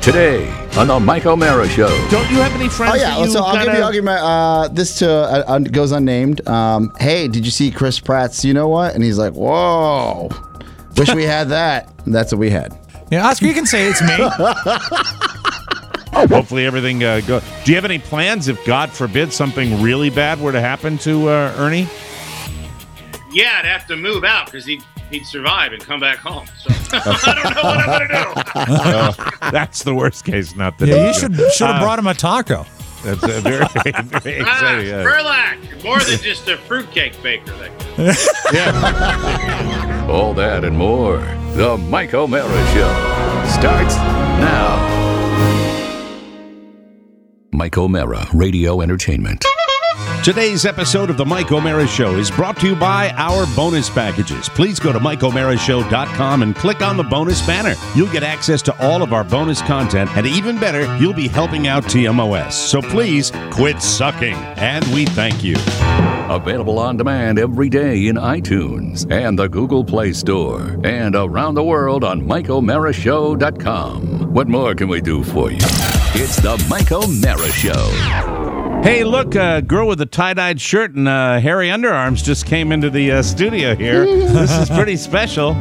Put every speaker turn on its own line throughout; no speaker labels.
Today on the Mike O'Mara Show.
Don't you have any friends?
Oh yeah,
that you
so I'll give
kinda-
you I'll give my uh, this to uh, un- goes unnamed. Um, hey, did you see Chris Pratt's? You know what? And he's like, whoa, wish we had that. And that's what we had.
Yeah, Oscar, you can say it's me.
Hopefully everything uh, go. Do you have any plans if God forbid something really bad were to happen to uh, Ernie?
Yeah, I'd have to move out because he'd, he'd survive and come back home. So I don't know what I'm going to do.
That's the worst case. Not that
yeah, you should should have
Uh,
brought him a taco.
That's uh, very, very
Ah,
exciting. yeah.
Verlac, more than just a fruitcake baker. That guy.
All that and more. The Mike O'Mara Show starts now. Mike O'Mara, Radio Entertainment.
Today's episode of The Mike O'Mara Show is brought to you by our bonus packages. Please go to MikeO'MaraShow.com and click on the bonus banner. You'll get access to all of our bonus content, and even better, you'll be helping out TMOS. So please quit sucking, and we thank you.
Available on demand every day in iTunes and the Google Play Store and around the world on MikeO'MaraShow.com. What more can we do for you? It's the Mike O'Mara Show.
Hey, look, a girl with a tie-dyed shirt and uh, hairy underarms just came into the uh, studio here. this is pretty special.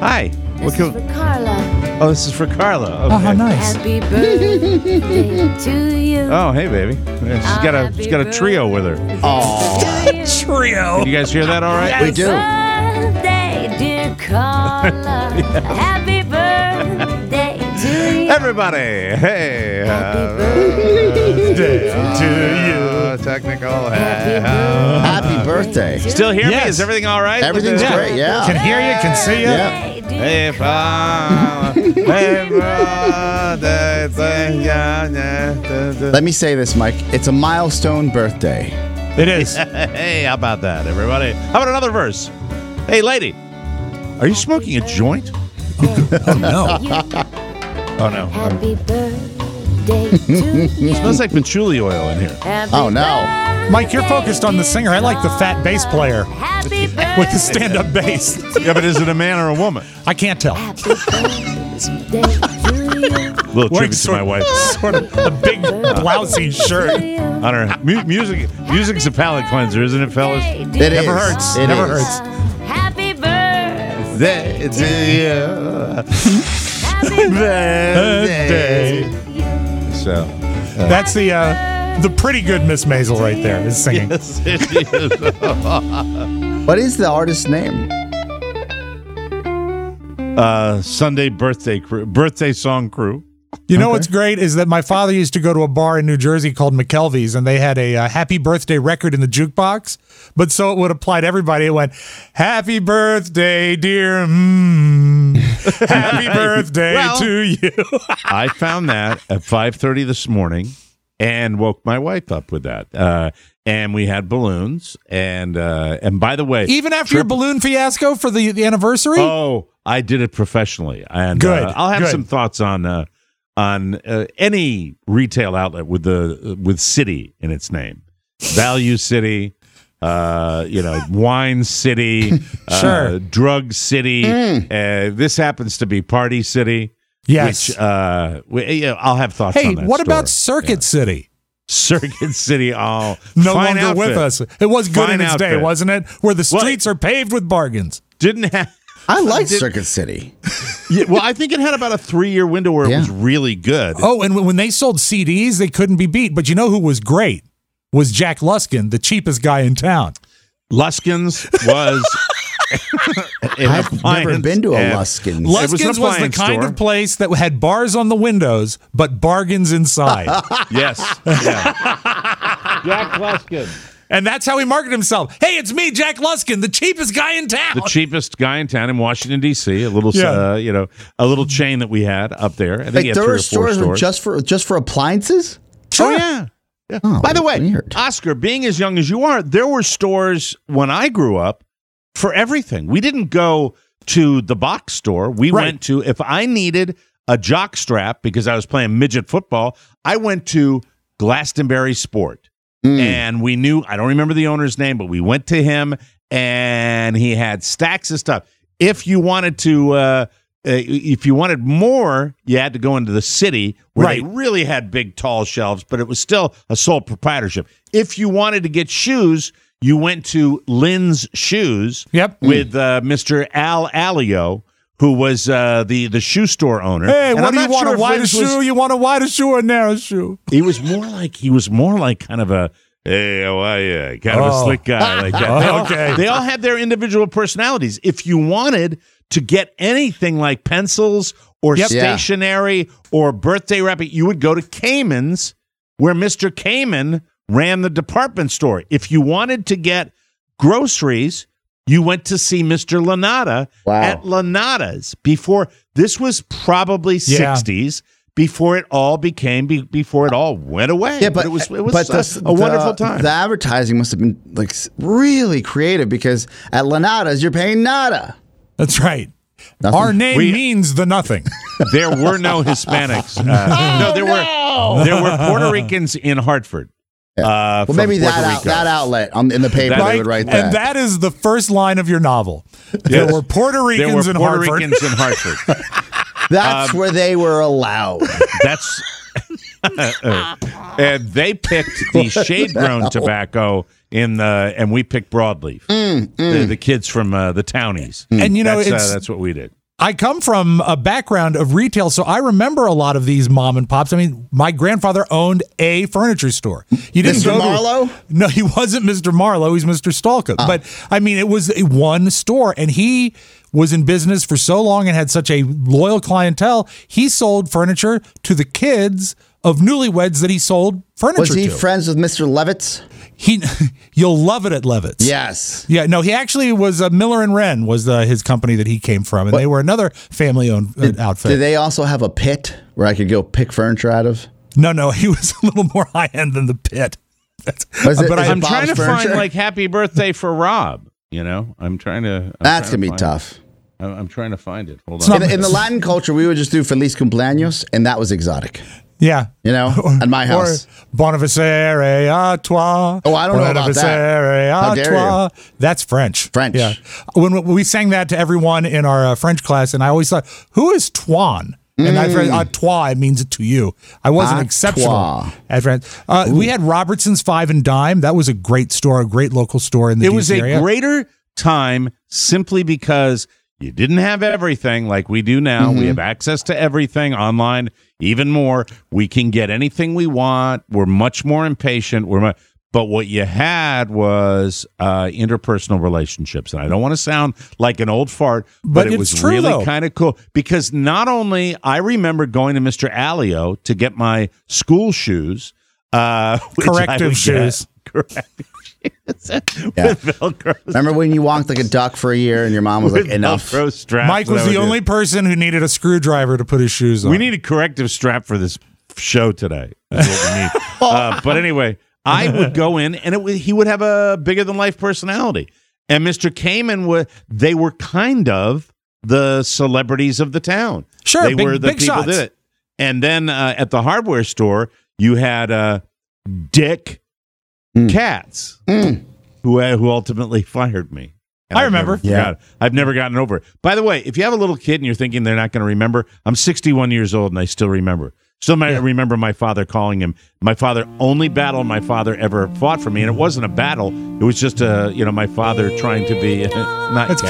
Hi. What
This
can-
is for Carla.
oh, this is for Carla. Okay.
Oh, how nice.
Happy birthday to you.
Oh, hey, baby. Yeah, She's got a she's got a trio with her.
Trio.
Can you guys hear that all right?
We do.
Birthday, dear Carla. Happy birthday to you.
Everybody, hey. uh, to you. Technical.
Happy birthday.
Still hear
Yes.
me? Is everything all right? with
Everything's
the-
great. Yeah.
Can hear you, can see you.
Yeah.
If I- if I- that's a- yeah, yeah, da- da-
Let me say this, Mike. It's a milestone birthday.
It is.
Hey, how about that, everybody? How about another verse? Hey, lady, are you smoking a joint?
oh, No.
Oh no, um,
Happy birthday to you.
smells like patchouli oil in here.
Happy
Oh no.
Mike, you're focused on the
birthday,
singer. I like the fat bass player
Happy
with the
birthday.
stand up bass.
Yeah, but is it a man or a woman?
I can't tell.
Happy birthday to
A little
Wearing
tribute to my wife.
Sort of a big blousy shirt.
you.
I don't know. Mu- music, music's a palate cleanser, isn't it, fellas?
It Never is.
hurts.
It
Never
is.
hurts.
Happy birthday.
That's a
Happy
birthday.
birthday.
So.
That's the uh, the pretty good Miss Maisel right there is singing.
What is the artist's name?
uh, Sunday birthday crew, birthday song crew.
You know what's great is that my father used to go to a bar in New Jersey called McKelvey's, and they had a uh, Happy Birthday record in the jukebox. But so it would apply to everybody. It went Happy Birthday, dear. Mm, happy Birthday
Well-
to you.
I found that at 5:30 this morning and woke my wife up with that. Uh, and we had balloons and uh, and by the way,
Even after your balloon fiasco for the, the anniversary.
oh, I did it professionally. And
Good,
uh, I'll have
good.
some thoughts on uh, on uh, any retail outlet with the uh, with city in its name. Value City uh you know wine city uh,
Sure. Hmm.
drug city uh, this happens to be party city
yes.
Which, uh, we, yeah, I'll have thoughts
hey,
on that.
what
store.
about Circuit City?
Circuit City? Oh,
No
fine
longer with us.
outfit.
It was good
Fine
in its day,
outfit.
wasn't it? Where the
Well-
streets are paved with bargains.
Didn't have.
I like
did-
Circuit City.
Yeah, well, I think it had about a three-year window where it
Yeah.
was really good.
Oh, and when they sold CDs, they couldn't be beat. But you know who was great? Was Jack Luskin, the cheapest guy in town.
Luskins was. an
I've never
appliance
been to a
and-
Luskins.
It was an
Luskins was, the
appliance
kind
store.
of place that had bars on the windows, but bargains inside.
Yes. Yeah. Jack Luskins.
and that's how he marketed himself. Hey, it's me, Jack Luskin, the cheapest guy in town.
the cheapest guy in town in Washington D.C. A little,
Yeah.
uh, you know, a little chain that we had up there. I think he
Like
had
there
three
were
or four
stores,
stores.
just for just for appliances.
Oh yeah. Yeah.
Oh,
By the way,
weird.
Oscar, being as young as you are, there were stores when I grew up for everything. We didn't go to the box store. We
Right.
went to if I needed a jock strap because I was playing midget football, I went to Glastonbury Sport.
Hmm.
And we knew I don't remember the owner's name, but we went to him and he had stacks of stuff. If you wanted to uh uh, if you wanted more, you had to go into the city where they
Right.
really had big, tall shelves, but it was still a sole proprietorship. If you wanted to get shoes, you went to Lynn's Shoes
Yep. Hmm.
with uh, Mr. Al Alio, who was uh, the, the shoe store owner.
Hey,
And
what
I'm
do you
not
want?
sure
a
if
wider
Lynn's
shoe?
was-
you want a wider shoe or a narrow shoe?
he was more like he was more like kind of a hey, how are you? Kind of a
Oh.
slick guy like that. They all,
Okay.
they all had their individual personalities. If you wanted to get anything like pencils or
Yep.
Yeah.
stationery or birthday wrapping, you would go to Cayman's, where Mister Cayman ran the department store. If you wanted to get groceries. You went to see Mr. Lanata
Wow.
at Lanata's before this was probably
Yeah.
60s before it all became be, before it all went away.
Yeah, but,
it was it was
but
a,
the-
a wonderful
the-
time.
The advertising must have been like s- really creative because at Lanata's you're paying nada.
That's right.
Nothing.
Our name
We-
means the nothing.
there were no Hispanics. Uh, no, there were there were Puerto Ricans in Hartford. Uh,
Well,
from
maybe
Puerto
that out,
Rico.
that outlet on, in the paper
That-
they would write that.
And that is the first line of your novel. There were Puerto
There
Ricans
were
in
Puerto
Hartford.
Ricans in Hartford. Um,
That's where they were allowed.
That's and they picked the shade grown tobacco in the and we picked broadleaf.
Mm,
The, the kids from uh, the townies.
And, you know,
that's,
it's-
uh, that's what we did.
I come from a background of retail, so I remember a lot of these mom and pops. I mean, my grandfather owned a furniture store. You didn't
Mr.
go to-
Marlowe? Ah.
No, he wasn't Mr. Marlowe. He's Mr. Stalka. But I mean, it was a one store, and he was in business for so long and had such a loyal clientele. He sold furniture to the kids of newlyweds that he sold furniture
Was he
to.
friends with Mr. Levitz?
he, you'll love it at Levitt's.
Yes.
Yeah, no, he actually was uh, Miller and Wren was uh, his company that he came from, and they were another family-owned uh, outfit.
Did they also have a pit where I could go pick furniture out of?
no, no, he was a little more high-end than the pit. That's, uh,
Was it-
but
is
I,
it
I'm
Bob's
trying to
Furniture?
find like happy birthday for Rob. You know, I'm trying to. I'm
That's
trying
gonna
to
be
find
tough.
it. I'm, I'm trying to find it. Hold
It's
on.
not-
In, in the Latin culture, we would just do feliz cumpleaños, and that was exotic.
yeah,
You know, at my house.
Or Bonavicere a toi.
Oh, I don't know about that.
Bonavicere a
How dare
toi. That's French.
French.
Yeah. When when we sang that to everyone in our uh, French class, and I always thought, who is Twan? And I read, uh, toi means it to you. I wasn't
Mm. Ah,
exceptional
toi.
at French. Uh, we had Robertson's Five and Dime. That was a great store, a great local store in the
it was
DC
a
area.
greater time simply because you didn't have everything like we do now.
Mm-hmm.
We have access to everything online, even more. We can get anything we want. We're much more impatient. We're mu- but what you had was uh, interpersonal relationships, and I don't want to sound like an old fart, but,
But
it
it's
was
true,
really
though.
kind of cool because not only I remember going to Mr. Alio to get my school shoes, uh, which I
Corrective
would get-
shoes.
corrective shoes
Yeah.
with Velcro
Remember when you walked like a duck for a year, and your mom was like,
with
"Enough."
Velcro straps.
Mike was
That
the
would
only
do
person who needed a screwdriver to put his shoes
it.
on.
We need a corrective strap for this show today. That's what we need. uh, but anyway, I would go in, and it would, he would have a bigger than life personality. And Mr. Kamen was. They were kind of the celebrities of the town.
Sure,
they
big-
were the
big
people
shots.
that did it. And then uh, at the hardware store, you had uh, Dick
Mm.
Katz, who who ultimately fired me. And
I
I've never
remember.
Yeah.
forgot- I've never gotten over it. By the way, if you have a little kid and you're thinking they're not going to remember, I'm 61 years old and I still remember. Still might remember my father calling him. My father only battle my father ever fought for me, and it wasn't a battle. It was just a you know my father trying to be not
It's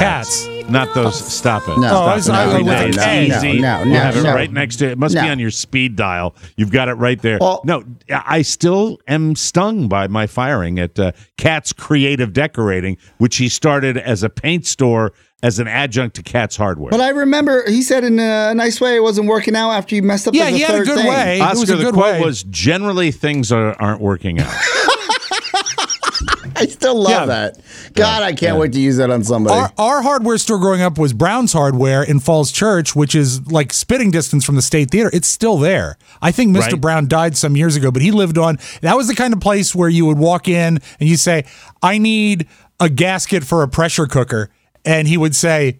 not those. Stop it.
No,
Oh,
stop
I was-
it.
I
Every
was-
day.
no,
It's
no,
easy.
no,
You
no,
have it
no.
right next to it. Must be
No.
on your speed dial. You've got it right there.
Well-
no, I still am stung by my firing at uh, Cat's Creative Decorating, which he started as a paint store as an adjunct to Cat's Hardware.
But I remember he said in a nice way it wasn't working out after you messed up.
Yeah,
as
he had a
third
good
thing.
way. it was
Oscar,
a
the
good
quote
way.
was generally things are, aren't working out.
I still love
Yeah.
that. God, I can't wait to use that on somebody.
Our, our hardware store growing up was Brown's Hardware in Falls Church, which is like spitting distance from the State Theater. It's still there. I think Mr.
Right.
Brown died some years ago, but he lived on. That was the kind of place where you would walk in and you say, "I need a gasket for a pressure cooker," and he would say,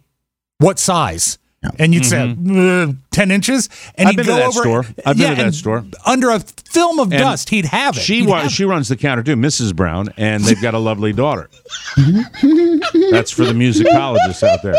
"What size?" And you'd say "Uh, ten inches,
Mm-hmm.
and
I've
he'd
been to
go
that
over-
store. I've been to that
and
store.
Under a film of
And
dust, he'd have it.
She
He'd
wa-
have
she runs the counter too, Mrs. Brown, and they've got a lovely daughter. That's for the musicologists out there.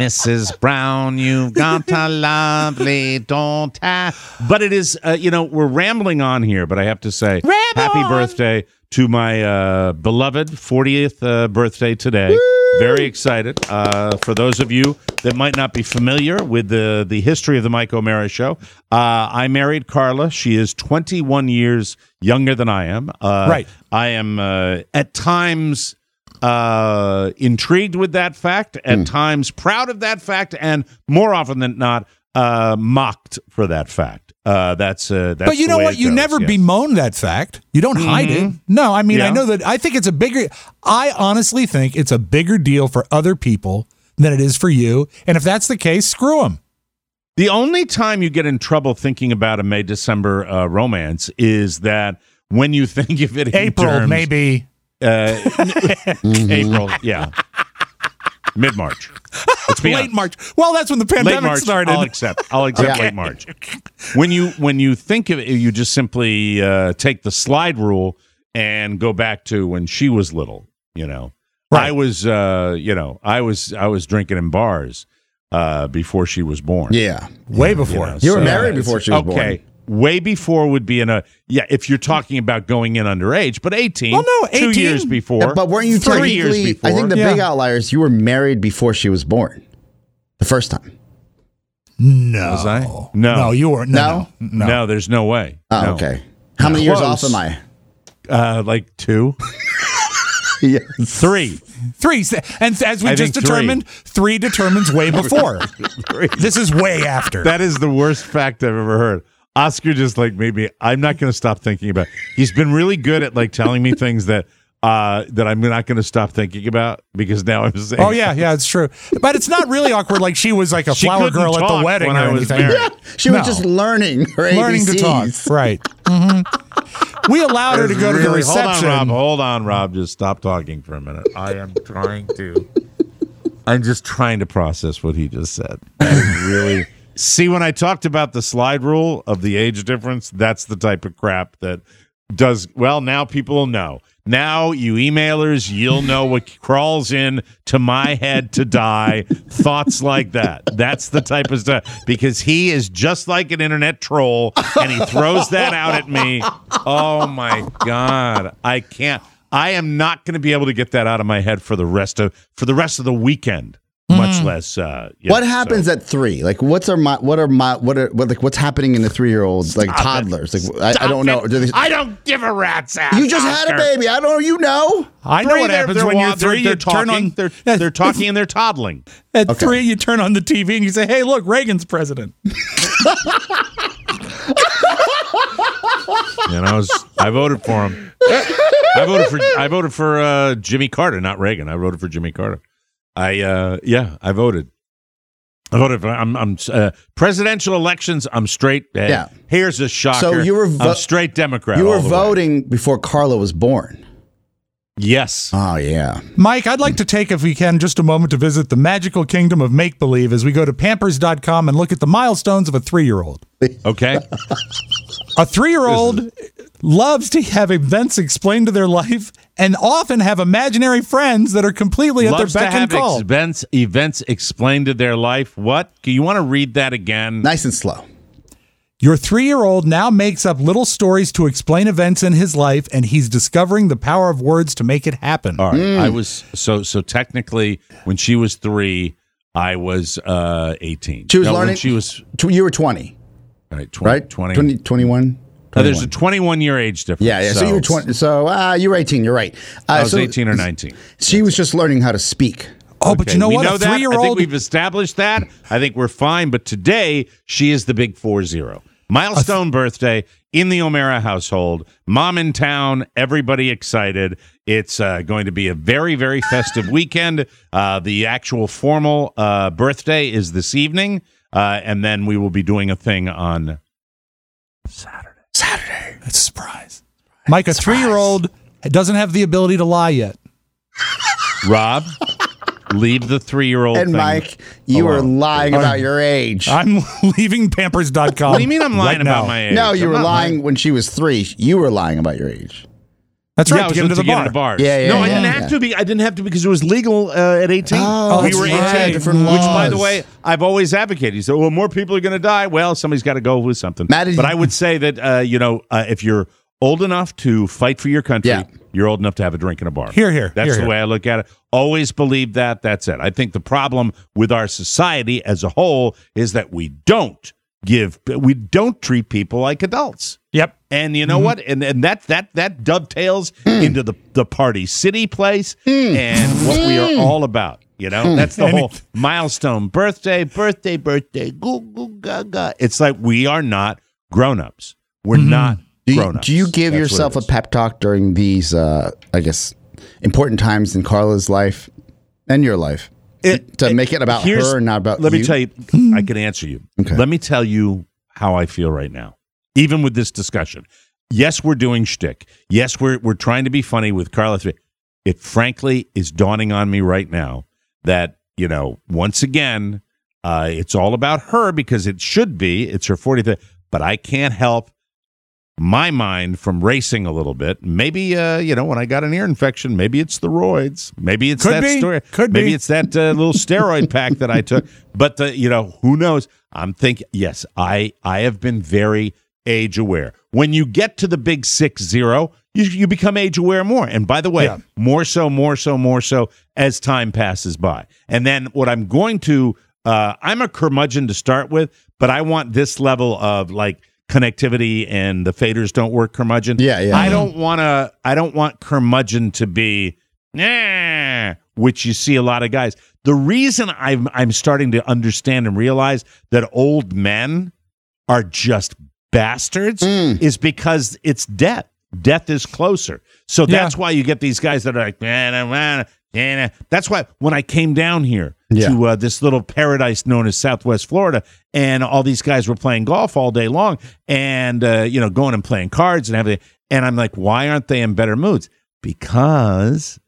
Mrs. Brown, you've got a lovely daughter. But it is, uh, you know, we're rambling on here, but I have to say, happy birthday to my uh, beloved 40th uh, birthday today. Very excited. Uh, for those of you that might not be familiar with the, the history of the Mike O'Mara Show, uh, I married Carla. She is 21 years younger than I am. Uh,
Right.
I am uh, at times uh, intrigued with that fact,
Hmm.
at times proud of that fact, and more often than not, uh, mocked for that fact. Uh, that's uh, that's.
but you
the
know
way
what?
it
You
goes,
never
yes. Mm-hmm.
bemoan that fact. You don't hide it. No, I mean, I
Yeah.
know that. I think it's a bigger. I honestly think it's a bigger deal for other people than it is for you. And if that's the case, screw them.
The only time you get in trouble thinking about a May December uh, romance is that when you think of it in
April,
terms- uh,
maybe.
April, yeah, mid March. Let's be
Late
honest.
March. Well, that's when the
late
pandemic
March.
started.
I'll accept. I'll accept
Yeah.
late March. When you when you think of it, you just simply uh, take the slide rule and go back to when she was little. You know,
Right.
I was uh, you know I was I was drinking in bars uh, before she was born.
Yeah.
Way before.
know,
You were
so-
married before she was born.
Okay. Way before would be in a yeah. If you're talking about going in underage, but eighteen.
Well, oh, no,
two
18.
years before.
But weren't you
three years
technically?
before?
I think the
Yeah.
big outlier is you were married before she was born, the first time.
No.
Was I? No.
No, you weren't. No.
No?
no. there's no way.
Oh,
No.
okay. How many years
Close.
off am I?
Uh, like two,
yes.
three.
Three. And as we
I
just
think three.
determined, three. determines way before. this is way after.
That is the worst fact I've ever heard. Oscar just like made me. I'm not going to stop thinking about. He's been really good at like telling me things that uh that I'm not going to stop thinking about because now I'm saying.
Oh yeah, yeah, it's true. But it's not really awkward. Like she was like a
She
flower
couldn't
girl at
talk
the wedding
when I
or
was
anything.
married.
She was
No.
just learning her
Learning to talk,
ABCs.
right? Mhm. We allowed her to go to the
Really- Hold
reception.
on, Rob. Hold on, Rob. Just stop talking for a minute. I am trying to. I'm just trying to process what he just said. I really see when I talked about the slide rule of the age difference. That's the type of crap that does well. Now people know. Now you emailers, you'll know what crawls in to my head to die. Thoughts like that. That's the type of stuff because he is just like an internet troll, and he throws that out at me. Oh my god, I can't. I am not going to be able to get that out of my head for the rest of for the rest of the weekend, much less. Uh, you
Hmm. What
know, so-
happens at three? Like, what's our my, what are my what are what like what's happening in the three year olds like toddlers? Like, I, I
Stop
don't know.
it.
Do they-
I don't give a rat's ass.
you just had a
Oscar.
baby. I don't. You know.
I know
Three,
what
they're-
happens
they're
when you're
wa- they're-
three.
They're
you turn
talking.
on
they're,
at,
they're talking and they're toddling.
at three. You turn on the TV and you say, "Hey, look, Reagan's president."
And I was I voted for him. I voted for I voted for uh, Jimmy Carter, not Reagan. I voted for Jimmy Carter. I uh, yeah, I voted. I voted for I'm I'm uh, presidential elections. I'm straight. Uh,
Yeah.
Here's a shocker.
you were vo-
I'm straight Democrat.
You
all
were
the way.
voting before Carla was born.
Yes.
Oh yeah.
Mike, I'd like to take, if we can, just a moment to visit the magical kingdom of make believe as we go to Pampers.com and look at the milestones of a three-year-old.
Okay.
A three year old loves to have events explained to their life and often have imaginary friends that are completely at their
Loves to
beck and
have
call.
events events explained to their life. What? Can you want to read that again?
Nice and slow.
Your three year old now makes up little stories to explain events in his life, and he's discovering the power of words to make it happen.
All right.
Mm.
I was so so technically when she was three, I was uh eighteen.
She was
No, when
learning-
She was
Tw- You were twenty,
all right, 20,
right?
20.
20 21.
No, there's a
21.
twenty-one year age difference.
yeah, yeah. So, you were twenty. So uh, you were eighteen. You're right. Uh,
I was
so
eighteen or nineteen.
She was just learning how to speak.
Oh, but you
Okay,
know
we
what? a
that.
three year
I think
old.
we've established that. I think we're fine. But today, she is the big four zero milestone birthday in the O'Mara household. Mom in town, everybody excited. It's uh, going to be a very very festive weekend. Uh, the actual formal uh, birthday is this evening, uh, and then we will be doing a thing on.
It's a surprise. Mike, a three year old doesn't have the ability to lie yet.
Rob, leave the three year old
And
thing.
Mike, you were
alone.
lying about your age.
I'm leaving Pampers.com.
What do you mean I'm lying
right
about
now.
my age?
No, you
I'm
were
not
lying when she was three. You were lying about your age.
That's
yeah,
right.
I
to
was
get into
to
the
get
bar.
into bars.
Yeah, yeah,
No, I
yeah,
didn't
yeah.
have to be. I didn't have to because it was legal uh, at eighteen.
Oh,
we
that's
were
right.
eighteen.
Different
Which, by
laws.
the way, I've always advocated. So, well, more people are going to die. Well, somebody's got to go with something.
Matt, did
but
you-
I would say that uh, you know, uh, if you're old enough to fight for your country,
Yeah.
you're old enough to have a drink in a bar.
Here, here,
That's
here,
the
here.
way I look at it. Always believe that. That's it. I think the problem with our society as a whole is that we don't give. We don't treat people like adults.
Yep.
And you know what? And and that that that dovetails into the the party city place and what we are all about. You know, that's the whole milestone birthday, birthday, birthday, goo goo gaga. It's like we are not grown ups. We're not
Do you,
grown ups.
do you give yourself a pep talk during these, uh, I guess, important times in Carla's life and your life
It-
to make it about
here's-
her, not about
Let
you?
me tell you, I can answer you.
Okay.
Let me tell you how I feel right now, even with this discussion. Yes, we're doing shtick. Yes, we're we're trying to be funny with Carla. Thre- It frankly is dawning on me right now that you know once again, uh, it's all about her because it should be. It's her 40th, but I can't help my mind from racing a little bit. Maybe uh, you know when I got an ear infection, maybe it's the roids, maybe it's
Could
that
be.
story,
Could
maybe
be.
it's that uh, little steroid pack that I took. But the, you know who knows? I'm thinking. Yes, I I have been very age aware. When you get to the big six zero, you you become age aware more. And by the way,
Yeah.
more so, more so, more so as time passes by. And then what I'm going to, uh, I'm a curmudgeon to start with, but I want this level of like connectivity and the faders don't work curmudgeon.
Yeah, yeah.
I don't want to, I don't want curmudgeon to be, nah, which you see a lot of guys. The reason I'm, I'm starting to understand and realize that old men are just bastards is because it's death. Death is closer. So
Yeah.
that's why you get these guys that are like, "Nah, nah, nah, nah, nah." that's why when I came down here
Yeah.
to uh, this little paradise known as Southwest Florida, and all these guys were playing golf all day long and, uh, you know, going and playing cards and everything. And I'm like, why aren't they in better moods? Because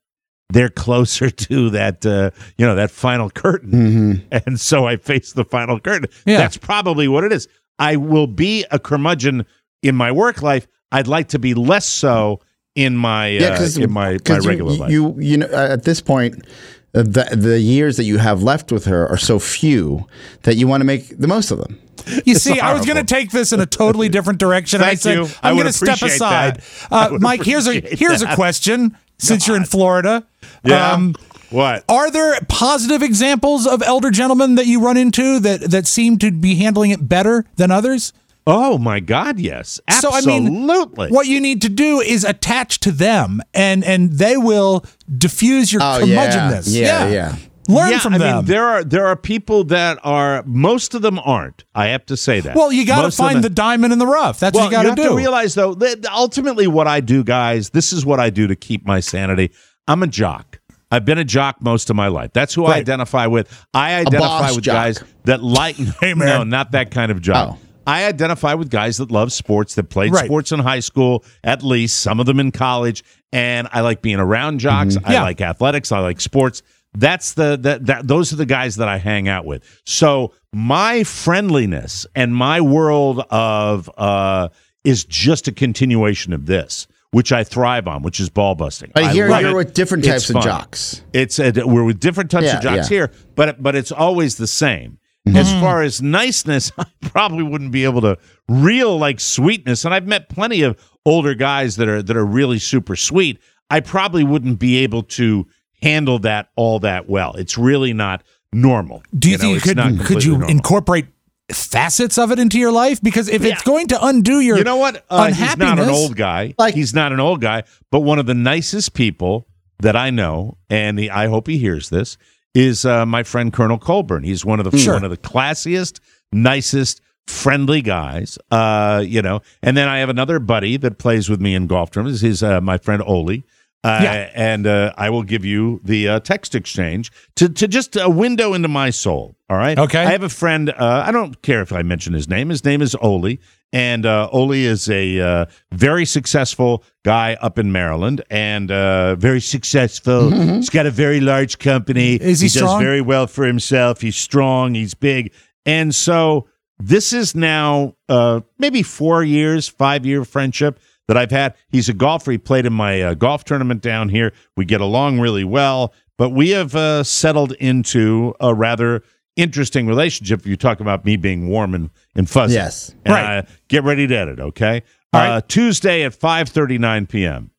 they're closer to that, uh, you know, that final curtain
Mm-hmm.
and so I face the final curtain.
Yeah.
That's probably what it is. I will be a curmudgeon in my work life. I'd like to be less so in my
yeah,
uh,
because
in my, my regular
you,
life.
You you know uh, at this point, uh, the the years that you have left with her are so few that you want to make the most of them.
You see, I was going to take this in a totally different direction. and I
Thank
said,
you. I
I'm
would
going to step
appreciate
aside.
that. I
Uh,
would
Mike, here's a
appreciate
here's
that.
a question. Since you're in Florida, um,
Yeah? what?
are there positive examples of elder gentlemen that you run into that that seem to be handling it better than others?
Oh my God! Yes,
So
absolutely.
I mean, what you need to do is attach to them, and and they will diffuse your
Oh, yeah.
curmudgeonness.
Yeah, yeah.
Learn from
I
them.
mean, there are there are people that are most of them aren't. I have to say that.
well, you got to
Most of them-
find the diamond in the rough. That's what you got
have
do.
to realize though that ultimately what I do, guys, this is what I do to keep my sanity. I'm a jock. I've been a jock most of my life. That's who I
Right.
identify with. I identify
boss
with
jock.
guys that like
Hey, man.
no, not that kind of jock.
Oh.
I identify with guys that love sports, that played
Right.
sports in high school, at least some of them in college, and I like being around jocks. I
Mm-hmm. Yeah.
like athletics. I like sports. That's the that, that those are the guys that I hang out with. So my friendliness and my world of uh is just a continuation of this, which I thrive on, which is ball busting.
But here
love
you're
it.
with different
It's
types of
fun.
jocks.
It's a, we're with different types
Yeah,
of jocks
yeah. Mm-hmm.
here, but but it's always the same. As far as niceness, I probably wouldn't be able to real like sweetness. And I've met plenty of older guys that are that are really super sweet. I probably wouldn't be able to handle that all that well. It's really not normal.
Do you,
know,
think
it's
you
not
could could
completely
you
normal.
incorporate facets of it into your life? Because if it's
Yeah.
going to undo your
you know what? Uh, he's not an
unhappiness-
old guy.
Like-
he's not an old guy, but one of the nicest people that I know, and he, I hope he hears this, is uh, my friend Colonel Colburn. He's one of the
Sure.
one of the classiest, nicest, friendly guys. Uh, you know, and then I have another buddy that plays with me in golf tournaments. He's uh, my friend Oli. Uh,
Yeah.
And uh, I will give you the uh, text exchange to, to just a window into my soul. All right.
Okay.
I have a friend. Uh, I don't care if I mention his name. His name is Oli, and uh, Oli is a uh, very successful guy up in Maryland, and uh, very successful. He's got a very large company.
Mm-hmm. Is he strong?
does very well for himself. He's strong. He's big, and so this is now uh, maybe four years, five year friendship that I've had. He's a golfer. He played in my uh, golf tournament down here. We get along really well, but we have uh, settled into a rather interesting relationship. You talk about me being warm and, and fuzzy.
Yes.
And,
Right.
uh, get ready to edit, okay?
All
Uh, Tuesday at 5.39 p.m.,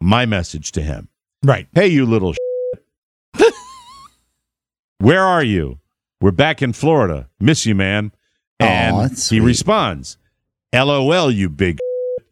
my message to him.
Right.
Hey, you little shit. Where are you? We're back in Florida. Miss you, man.
Aw,
And
that's
he
sweet.
responds, LOL, you big shit,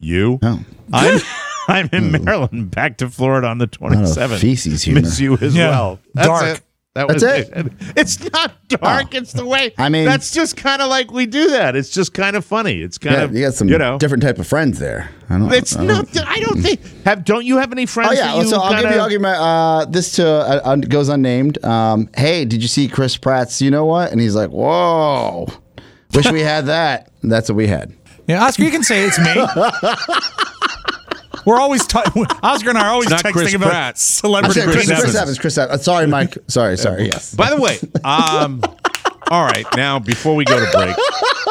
you.
Oh,
I'm, I'm in Maryland, back to Florida on the
not a
27th.
feces humor.
Miss you as
Yeah.
well.
Dark.
it. That
That's
was
it.
It's not dark. It's the way.
Oh. I mean-
that's just kind of like we do that. It's just kind of funny. It's kind
Yeah,
of
you got some
you know.
different type of friends there. I don't.
It's
I don't-
not. I don't think. Have don't you have any friends?
Oh yeah,
that you
so I'll give
kinda-
you argument. Uh, this to uh, un- goes unnamed. Um, hey, did you see Chris Pratt's? You know what? And he's like, "Whoa, wish we had that." And that's what we had.
Yeah, Oscar, you can say it's me. We're always t- Oscar and I are always
It's not
texting
Chris
about
Pratt.
celebrity.
Actually, Chris, Chris,
Evans.
Evans. Chris Evans. Uh, sorry, Mike. Sorry, sorry. Yes.
By the way, um, all right. Now, before we go to break,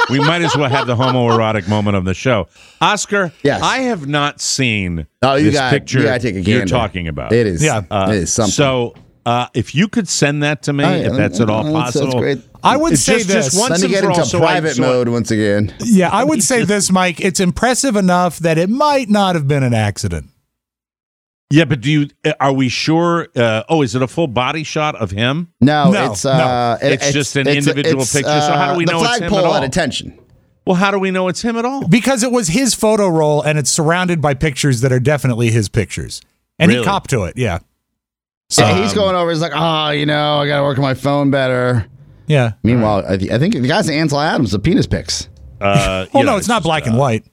we might as well have the homoerotic moment of the show. Oscar,
Yes.
I have not seen
Oh, you
this
got
picture
You got to take a gander.
you're talking about.
It is.
Yeah.
it is something.
So, uh, if you could send that to me,
Oh, yeah,
if that's at
that-
all
that sounds
possible.
great.
I would
It's
say
just-
this.
just once
Let me
and
get
for
into
all, so I-
private
so I-
mode once again.
Yeah, I would say this, Mike. It's impressive enough that it might not have been an accident.
Yeah, but do you? uh, Are we sure? Uh, oh, is it a full body shot of him?
No,
No,
it's uh,
no. It's just an individual picture, so how do we
the
know it's him at
flagpole
all?
attention?
Well, how do we know it's him at all?
Because it was his photo roll and it's surrounded by pictures that are definitely his pictures. And
Really?
he copped to it. Yeah.
So
um,
he's going over. He's like, oh, you know, I got to work on my phone better.
Yeah.
Meanwhile, I, th- I think the guy's Ansel Adams, the penis pics.
Uh,
Well,
you know,
no, it's not
just,
black and white.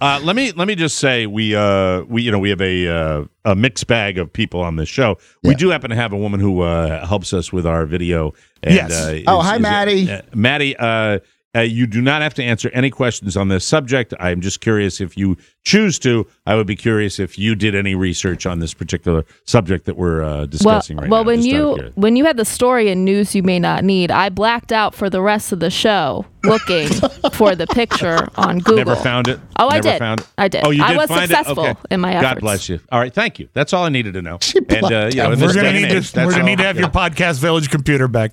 Uh, let me let me just say we uh we you know we have a uh, a mixed bag of people on this show. We
Yeah.
do happen to have a woman who uh, helps us with our video. And,
Yes.
Uh,
Oh, hi, Maddie.
Uh, Maddie, uh, uh, you do not have to answer any questions on this subject. I am just curious if you choose to. I would be curious if you did any research on this particular subject that we're uh,
Well,
discussing right
well,
now.
when
Just out of
you
curiosity.
when you had the story and news you may not need, I blacked out for the rest of the show looking for the picture on Google.
Never found it.
Oh, I
Never
did.
Found it.
I did.
Oh, you
I
did
was
find
successful
it? Okay.
in my
God
efforts.
bless you. All right, thank you. That's all I needed to know. and uh, you know, in
we're
this
gonna
day and
need to
age, that's
we're gonna
all-
need to have your podcast village computer back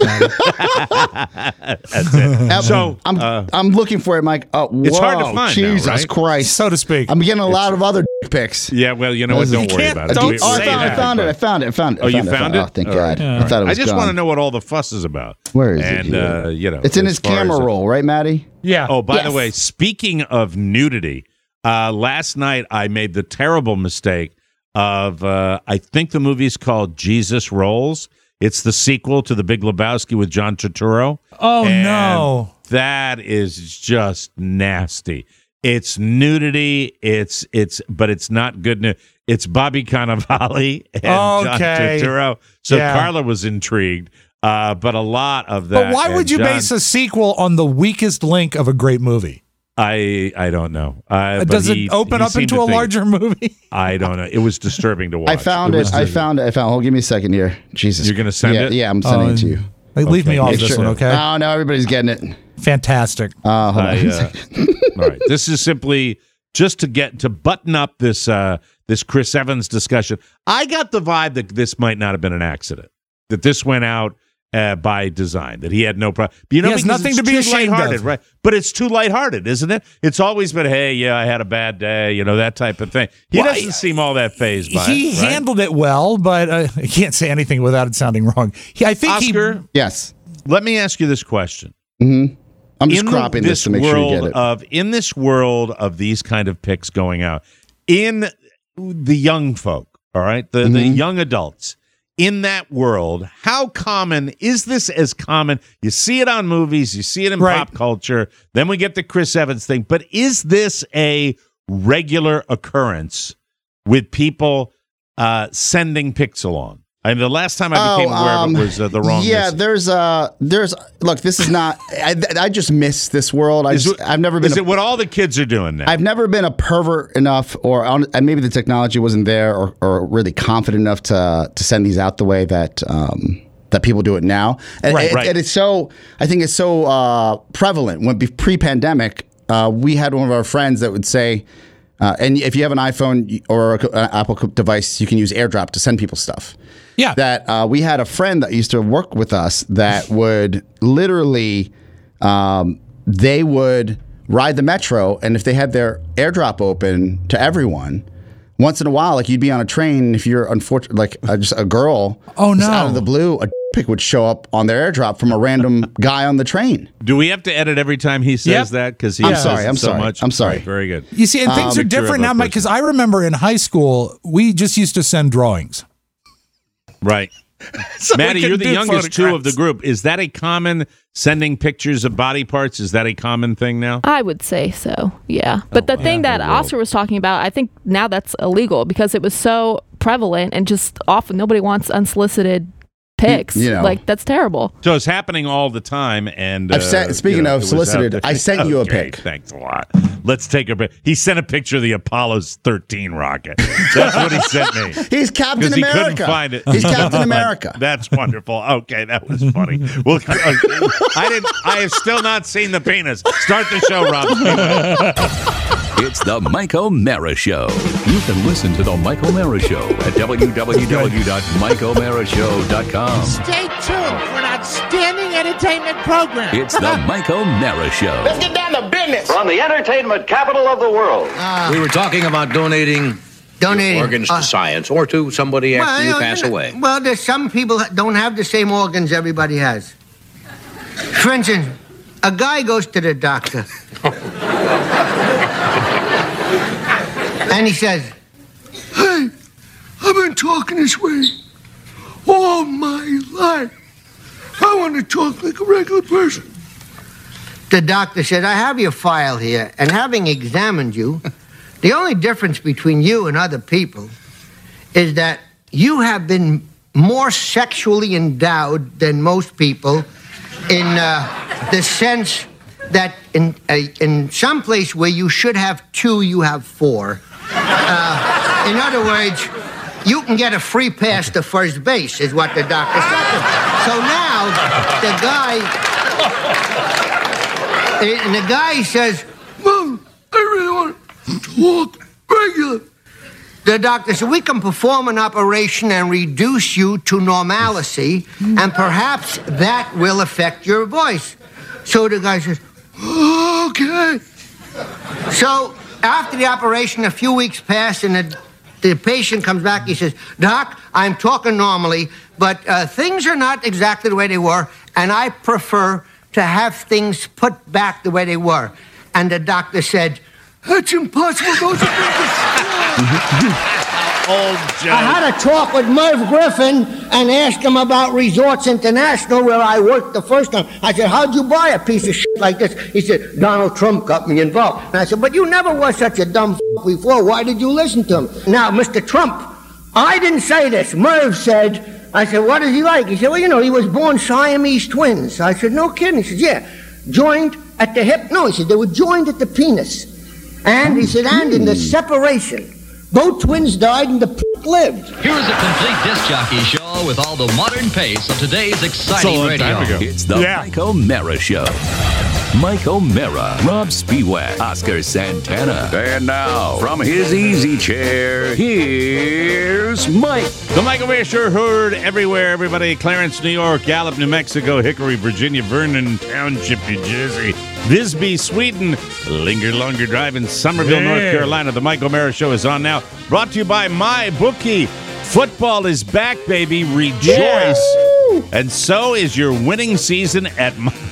now.
So,
I'm
uh,
I'm looking for it, Mike. Oh, whoa,
It's hard to find now,
Jesus
right?
Christ!
so to speak.
I'm getting a lot of other dick pics.
Yeah, well, you know what?
This is-
Don't
You
worry
can't-
about it.
don't
We-
oh,
we-
I found, I found it. I found it. I found it. I
Oh, you
found
found
it.
it?
Oh, thank
All
God.
right.
I thought it
I
was
just
gone.
want to know what all the fuss is about.
Where is
and,
it? here?
Uh, you know,
it's in
as
his
far
camera
as-
roll, right, Maddie?
yeah.
Oh, by the
Yes.
way, speaking of nudity, uh, last night I made the terrible mistake of uh, I think the movie's called Jesus Rolls. It's the sequel to The Big Lebowski with John Turturro.
Oh,
And
no.
that is just nasty. It's nudity. It's it's, but it's not good news. It's Bobby Cannavale and John
Okay.
Turturro. So
Yeah.
Carla was intrigued, uh, but a lot of that.
But why
and
would you
John-
base a sequel on the weakest link of a great movie?
I I don't know. Uh, but
Does
he-
it open
he
up
seemed
into
to
a
think-
larger movie?
I don't know. It was disturbing to watch.
I found
was
it. I
dis-
found it. I found. Hold, give me a second here. Jesus,
You're gonna send
yeah,
it?
Yeah, I'm sending it to you.
Hey, Uh, Leave me
Okay,
off
make
this
sure.
one, okay?
Oh no, everybody's getting it.
Fantastic.
Uh, hold on.
I, uh, all right. This is simply just to get to button up this uh, this Chris Evans discussion. I got the vibe that this might not have been an accident. That this went out uh, by design. That he had no problem. You know,
He has
because it's
nothing to be
too
ashamed of.
lighthearted, right? But it's too lighthearted, isn't it? It's always been, hey, yeah, I had a bad day, you know, that type of thing. He
Well,
doesn't seem all that phased by
he
it, right?
handled it well, but uh, I can't say anything without it sounding wrong. He, I think
Oscar.
yes,
Let me ask you this question. Mm-hmm.
I'm just
in
cropping this to make sure
world
you get it.
of in this world of these kind of picks going out in the young folk all right the the
Mm-hmm.
young adults in that world how common is this as common you see it on movies you see it in
Right.
pop culture then we get the chris evans thing but is this a regular occurrence with people uh sending pics along I mean, the last time I became aware
um,
of it was uh, the wrong.
Yeah,
message.
there's uh there's look. This is not. I, I just miss this world. I
Is
just,
it-
I've never been.
Is
a-
it what all the kids are doing now?
I've never been a pervert enough, or on, and maybe the technology wasn't there, or, or really confident enough to to send these out the way that um, that people do it now. And,
Right,
and-
right.
and it's so. I think it's so uh, prevalent when pre pandemic. uh, we had one of our friends that would say, uh, and if you have an iPhone or a- an Apple device, you can use AirDrop to send people stuff.
Yeah.
That uh, we had a friend that used to work with us that would literally, um, they would ride the metro, and if they had their AirDrop open to everyone, once in a while, like you'd be on a train, and if you're unfortunate, like uh, just a girl,
Oh,
just
no.
out of the blue, a pic would show up on their AirDrop from a random guy on the train.
Do we have to edit every time he says
Yep.
that? Because he
I'm
says
sorry,
it
I'm
so
sorry,
much.
I'm sorry.
Right, very good.
You see,
Um,
and things are different now
of a
because I remember in high school we just used to send drawings.
Right. Maddie,
we can
you're the
do
youngest two of the
photographs.
group. Is that a common sending pictures of body parts? Is that a common thing now?
I would say so,
Oh,
yeah. But the thing that Oscar was talking about, I think now that's illegal because it was so prevalent and just often nobody wants unsolicited pics.
you know.
Like that's terrible.
So it's happening all the time. And uh,
I've sent- speaking of
it was out
solicited,
there.
I sent you a
Okay,
pic.
Thanks a lot. Let's take a pic. He sent a picture of the Apollo's 13 rocket. That's what he sent me.
He's Captain
Because he
America.
couldn't find it.
He's Captain America.
That's wonderful. Okay, that was funny. Well, I didn't. I have still not seen the penis. Start the show, Rob.
It's the Mike O'Mara Show. You can listen to the Mike O'Mara Show at www.mikeomarashow.com.
Stay tuned for an outstanding entertainment program.
It's the Mike O'Mara Show.
Let's get down to business.
from the entertainment capital of the world.
Uh,
We were talking about donating
Donating
organs to
uh,
science or to somebody after
well,
you
know,
pass
know,
away.
Well, there's some people that don't have the same organs everybody has. For instance, a guy goes to the doctor. and he says, Hey, I've been talking this way all my life. I want to talk like a regular person. The doctor said, I have your file here, and having examined you, the only difference between you and other people is that you have been more sexually endowed than most people in uh, the sense that in, uh, in some place where you should have two, you have four. Uh, in other words, you can get a free pass to first base, is what the doctor said. So now the guy. And the guy says, Mom, I really want to walk regular. The doctor said, We can perform an operation and reduce you to normalcy, and perhaps that will affect your voice. So the guy says, Okay. So after the operation, a few weeks pass, and the, the patient comes back. He says, Doc, I'm talking normally, but uh, things are not exactly the way they were, and I prefer to have things put back the way they were. And the doctor said, That's impossible. Those are
Uh, Old Joe.
I had a talk with Merv Griffin and asked him about Resorts International where I worked the first time. I said, How'd you buy a piece of shit like this? He said, Donald Trump got me involved. And I said, But you never were such a dumb f- before. Why did you listen to him? Now, Mr. Trump, I didn't say this. Merv said, I said, What is he like? He said, Well, you know, he was born Siamese twins. I said, No kidding. He said, Yeah. Joined at the hip. No, he said, They were joined at the penis. And he said, and in the separation, both twins died and the prick lived.
Here is a complete disc jockey show with all the modern pace of today's exciting radio.
It's the
Yeah.
Mike O'Mara Show. Mike O'Mara, Rob Spiewak, Oscar Santana. And now, from his easy chair, here's Mike.
The Michael Mayer Show heard everywhere, everybody. Clarence, New York, Gallup, New Mexico, Hickory, Virginia, Vernon Township, New Jersey, Visby, Sweden, Linger Longer Drive in Somerville, North
Yeah.
Carolina. The Michael Mayer Show is on now. Brought to you by My Bookie. Football is back, baby. Rejoice. And so is your winning season at My Bookie.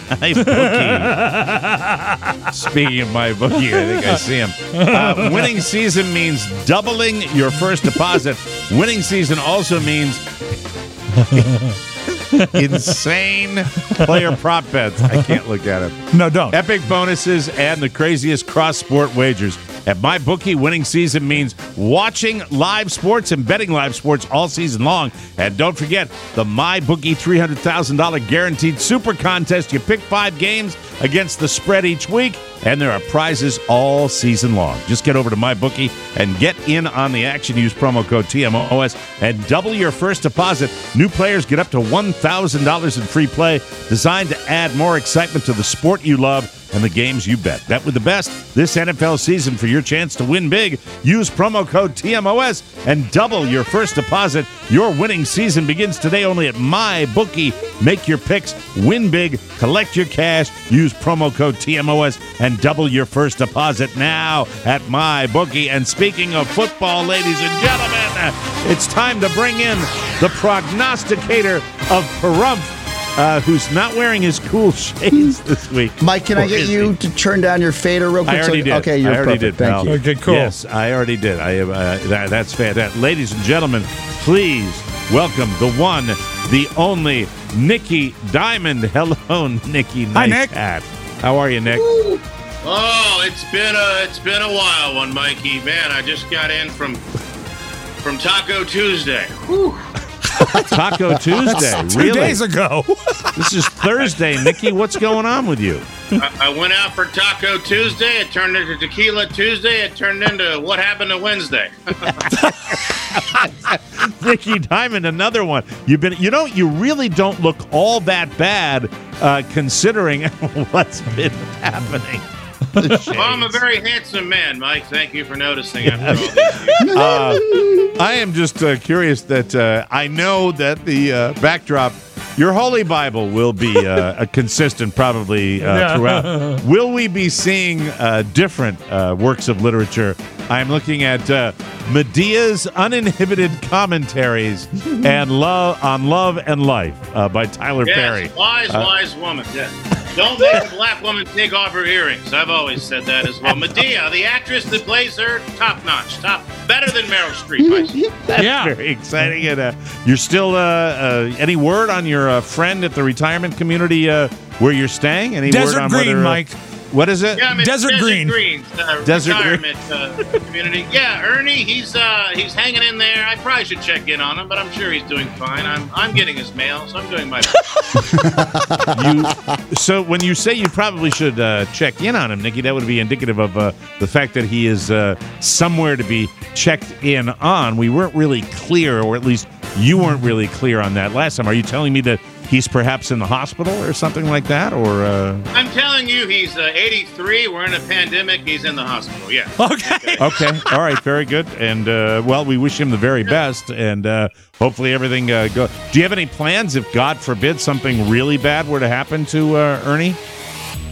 Speaking of my bookie, I think I see him. Uh, winning season means doubling your first deposit. Winning season also means insane player prop bets. I can't look at it.
No, don't.
Epic bonuses and the craziest cross sport wagers. At my bookie, winning season means watching live sports and betting live sports all season long. And don't forget the my bookie $300,000 guaranteed super contest. You pick five games against the spread each week, and there are prizes all season long. Just get over to my bookie and get in on the action. Use promo code TMOS and double your first deposit. New players get up to $1,000 in free play, designed to add more excitement to the sport you love. And and the games you bet. Bet with the best this NFL season for your chance to win big. Use promo code TMOS and double your first deposit. Your winning season begins today only at MyBookie. Make your picks, win big, collect your cash. Use promo code TMOS and double your first deposit now at MyBookie. And speaking of football, ladies and gentlemen, it's time to bring in the prognosticator of Perumph uh, who's not wearing his cool shades this week.
Mike, can I
Or
get
is
you
he?
to turn down your fader real quick?
I already
So-
did.
Okay, you're
I already
perfect.
did.
Thank
pal.
you.
Okay, cool.
Yes, I already did. I uh, that, that's fantastic. Ladies and gentlemen, please welcome the one, the only Nikki Diamond. Hello, Nikki. Nice
Hi, Nick.
hat. How are you, Nick?
Oh, it's been a it's been a while, one Mikey. Man, I just got in from from Taco Tuesday.
Taco Tuesday.
Two
really?
days ago.
This is Thursday, Nikki. What's going on with you?
I, I went out for Taco Tuesday. It turned into Tequila Tuesday. It turned into What Happened to Wednesday.
Nikki Diamond, another one. You've been, you know, you really don't look all that bad uh, considering what's been happening. The
Well, I'm a
shades.
very handsome man, Mike. Thank you for noticing. After all these years.
Uh, I am just uh, curious that uh, I know that the uh, backdrop, your Holy Bible, will be uh, a consistent probably uh,
Yeah.
throughout. Will we be seeing uh, different uh, works of literature? I'm looking at uh, Medea's uninhibited commentaries and love on love and life uh, by Tyler Perry. Uh,
Yes, wise, wise woman. Yes. Don't make a black woman take off her earrings. I've always said that as well. Medea, the actress that plays her, top notch, top better than Meryl Streep. I see.
yeah.
Very exciting. And uh, you're still uh, uh, any word on your uh, friend at the retirement community uh, where you're staying? Any
Desert
word on
Green,
whether, uh,
Mike.
What is it?
Yeah, I'm in
Desert Green.
Green, uh,
Desert Green.
retirement uh, community. Yeah, Ernie, he's uh, he's hanging in there. I probably should check in on him, but I'm sure he's doing fine. I'm I'm getting his mail, so I'm doing my best.
you, so when you say you probably should uh, check in on him, Nikki, that would be indicative of uh, the fact that he is uh, somewhere to be checked in on. We weren't really clear, or at least you weren't really clear on that last time. Are you telling me that he's perhaps in the hospital or something like that, or? Uh...
I'm telling you, he's uh, 83. We're in a pandemic. He's in the hospital. Yeah.
Okay.
Okay. All right. Very good. And uh, well, we wish him the very best, and uh, hopefully everything uh, go. Do you have any plans if God forbid something really bad were to happen to uh, Ernie?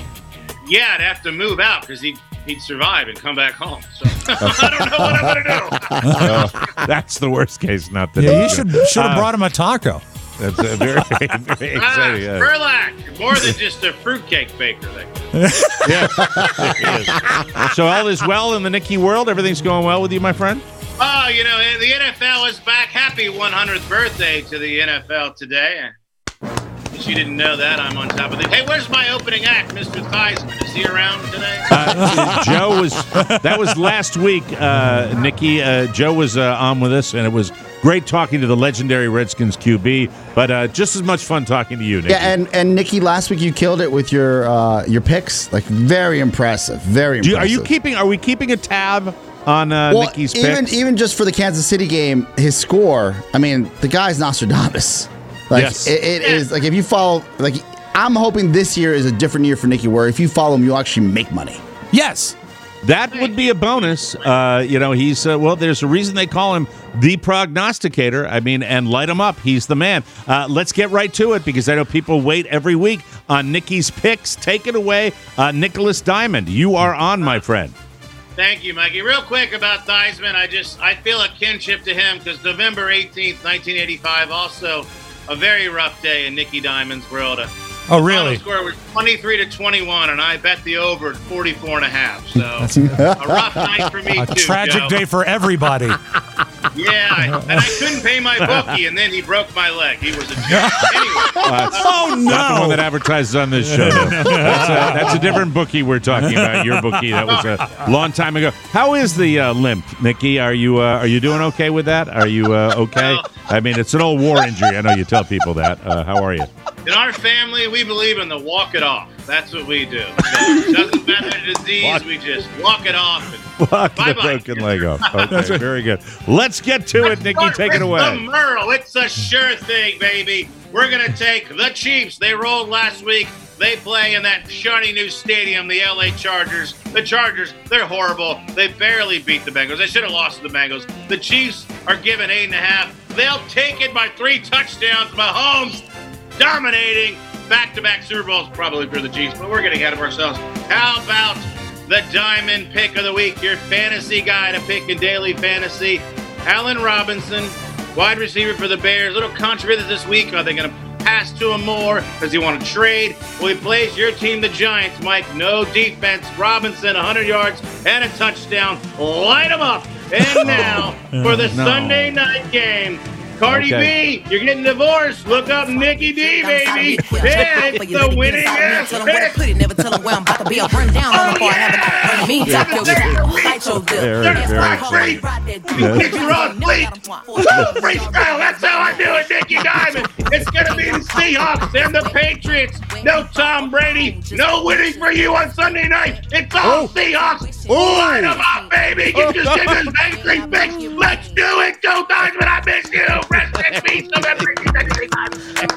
Yeah, I'd have to move out because he'd he'd survive and come back home. So I don't know what I'm gonna do.
That's the worst case. Not that.
Yeah, you
he's
should
good.
should have
Uh,
brought him a taco.
That's uh, very, very
Ah,
exciting. uh, yeah.
Spurlock, more than just a fruitcake baker. Thing.
Yeah. It is. so all is well in the Nikki world. Everything's going well with you, my friend.
Oh, you know, the NFL is back. Happy 100th birthday to the NFL today. If you didn't know that, I'm on top of it. Hey, where's my opening act, Mr. Theismann? Is he around today?
Uh, Joe was that was last week. Uh, Nikki, uh, Joe was uh, on with us, and it was great talking to the legendary Redskins QB. But uh, just as much fun talking to you, Nikki.
Yeah, and and Nikki, last week you killed it with your uh, your picks. Like very impressive, very
Do you-
impressive.
are you keeping? Are we keeping a tab on uh,
well,
Nikki's
even
picks?
even just for the Kansas City game, his score. I mean, the guy's Nostradamus. Like
Yes.
it, it is. Like if you follow, like I'm hoping this year is a different year for Nikki, where if you follow him, you'll actually make money.
Yes.
That would be a bonus. Uh, you know, he's uh, well. There's a reason they call him the prognosticator. I mean, and light him up. He's the man. Uh, let's get right to it because I know people wait every week on Nikki's picks. Take it away, uh, Nicholas Diamond. You are on, my friend.
Thank you, Mikey. Real quick about Theismann, I just I feel a kinship to him because November 18th, 1985, also a very rough day in Nicky Diamond's world. Uh,
Oh, really?
Final score was 23 to 21, and I bet the over at 44 and a half. So a rough night for me
A
too. Joe.
tragic day for everybody.
Yeah, I, and I couldn't pay my bookie, and then he broke my leg. He was a jerk. Anyway,
oh
Not the one that
no!
advertises on this show. though. That's, uh, that's a different bookie we're talking about. Your bookie. That was a long time ago. How is the uh, limp, Nikki? Are you uh, are you doing okay with that? Are you uh, okay? I mean, it's an old war injury. I know you tell people that. Uh, how are you?
in our family, we believe in the walk it off. That's what we do. So it doesn't matter the disease, we just walk it off. And
Fuck the
Bye-bye.
broken leg off. Okay, very good. Let's get to it, Nikki. Take it
The
away.
Merle, it's a sure thing, baby. We're gonna take the Chiefs. They rolled last week. They play in that shiny new stadium, the LA Chargers. The Chargers, they're horrible. They barely beat the Bengals. They should have lost to the Bengals. The Chiefs are given eight and a half. They'll take it by three touchdowns. Mahomes dominating back-to-back Super Bowls, probably for the Chiefs, but we're getting ahead of ourselves. How about the diamond pick of the week? Your fantasy guy to pick in daily fantasy, Allen Robinson, wide receiver for the Bears. little controversy this week. Are they going to pass to him more? Does he want to trade? Well, he plays your team, the Giants, Mike. No defense. Robinson, 100 yards and a touchdown. Light him up. And now for the
No.
Sunday night game. Cardi
Okay.
B, you're getting divorced. Look up Nikki D, baby. Yeah, it's the winning ass
Tell 'em where to put it, never tell 'em where I'm about to be. I'll run down on 'em before I have a night. Bring me,
Oh, Yeah.
top your lip, bite your lip.
Very,
That's
very
why I call
free.
it right there.
Yeah. Get your own fleet. Freestyle, Oh, that's how I do it, Nicky Diamond. It's gonna be the Seahawks and the Patriots. No Tom Brady, no winning for you on Sunday night. It's all
Oh.
Seahawks. Line 'em up, baby. Get your Simmons mainstream fix. Let's do it, Joe Diamond. I miss you. Rest in peace, November.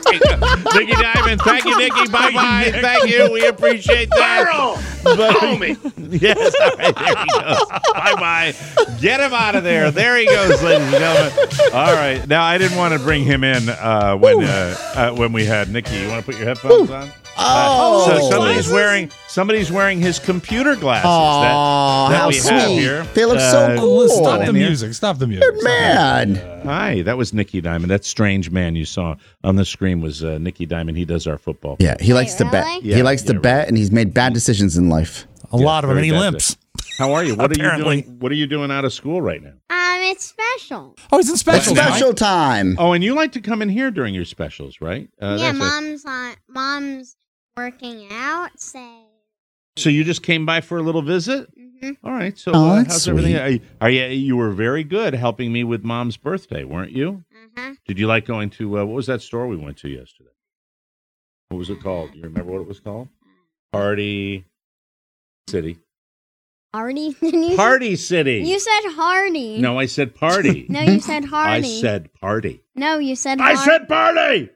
Nikki Diamond, thank you, Nikki. Bye bye.
Thank you, Nick.
Thank you. We appreciate that.
Burl,
But-
homie.
yes, all right, there he goes. Bye bye. Get him out of there. There he goes, ladies and gentlemen. All right. Now I didn't want to bring him in uh, when uh, uh, when we had Nikki. You want to put your headphones on?
Oh.
so somebody's wearing somebody's wearing his computer glasses. that-
Aw,
that,
how
we have
sweet.
here. Uh,
They look so cool.
Stop
in
the
here.
music. Stop the music.
Man,
Uh, Hi, that was Nikki Diamond. That strange man you saw on the screen was uh, Nikki Diamond. He does our football.
yeah, he likes to bet.
Yeah,
he likes to
yeah,
bet, and he's made bad decisions in life.
A lot of them. And he
very bad
limps.
How are you? What are you
Apparently.
doing? What are you doing out of school right now?
Um, it's special.
Oh, he's in special. now.
Special time.
Oh, and you like to come in here during your specials, right? Uh,
yeah,
that's it.
mom's on. Mom's working out. Say.
So you just came by for a little visit.
Mhm.
All right. So
Oh,
uh,
that's
how's everything?
sweet.
Are you, are you? You were very good helping me with mom's birthday, weren't you?
Uh-huh.
Did you like going to uh, what was that store we went to yesterday? What was it called? Do you remember what it was called? Party City.
Hardy. you,
Party City.
you said Hardy.
No, I said party.
No, you said
I
Hardy.
said party.
No, you said.
I
Har-
said party.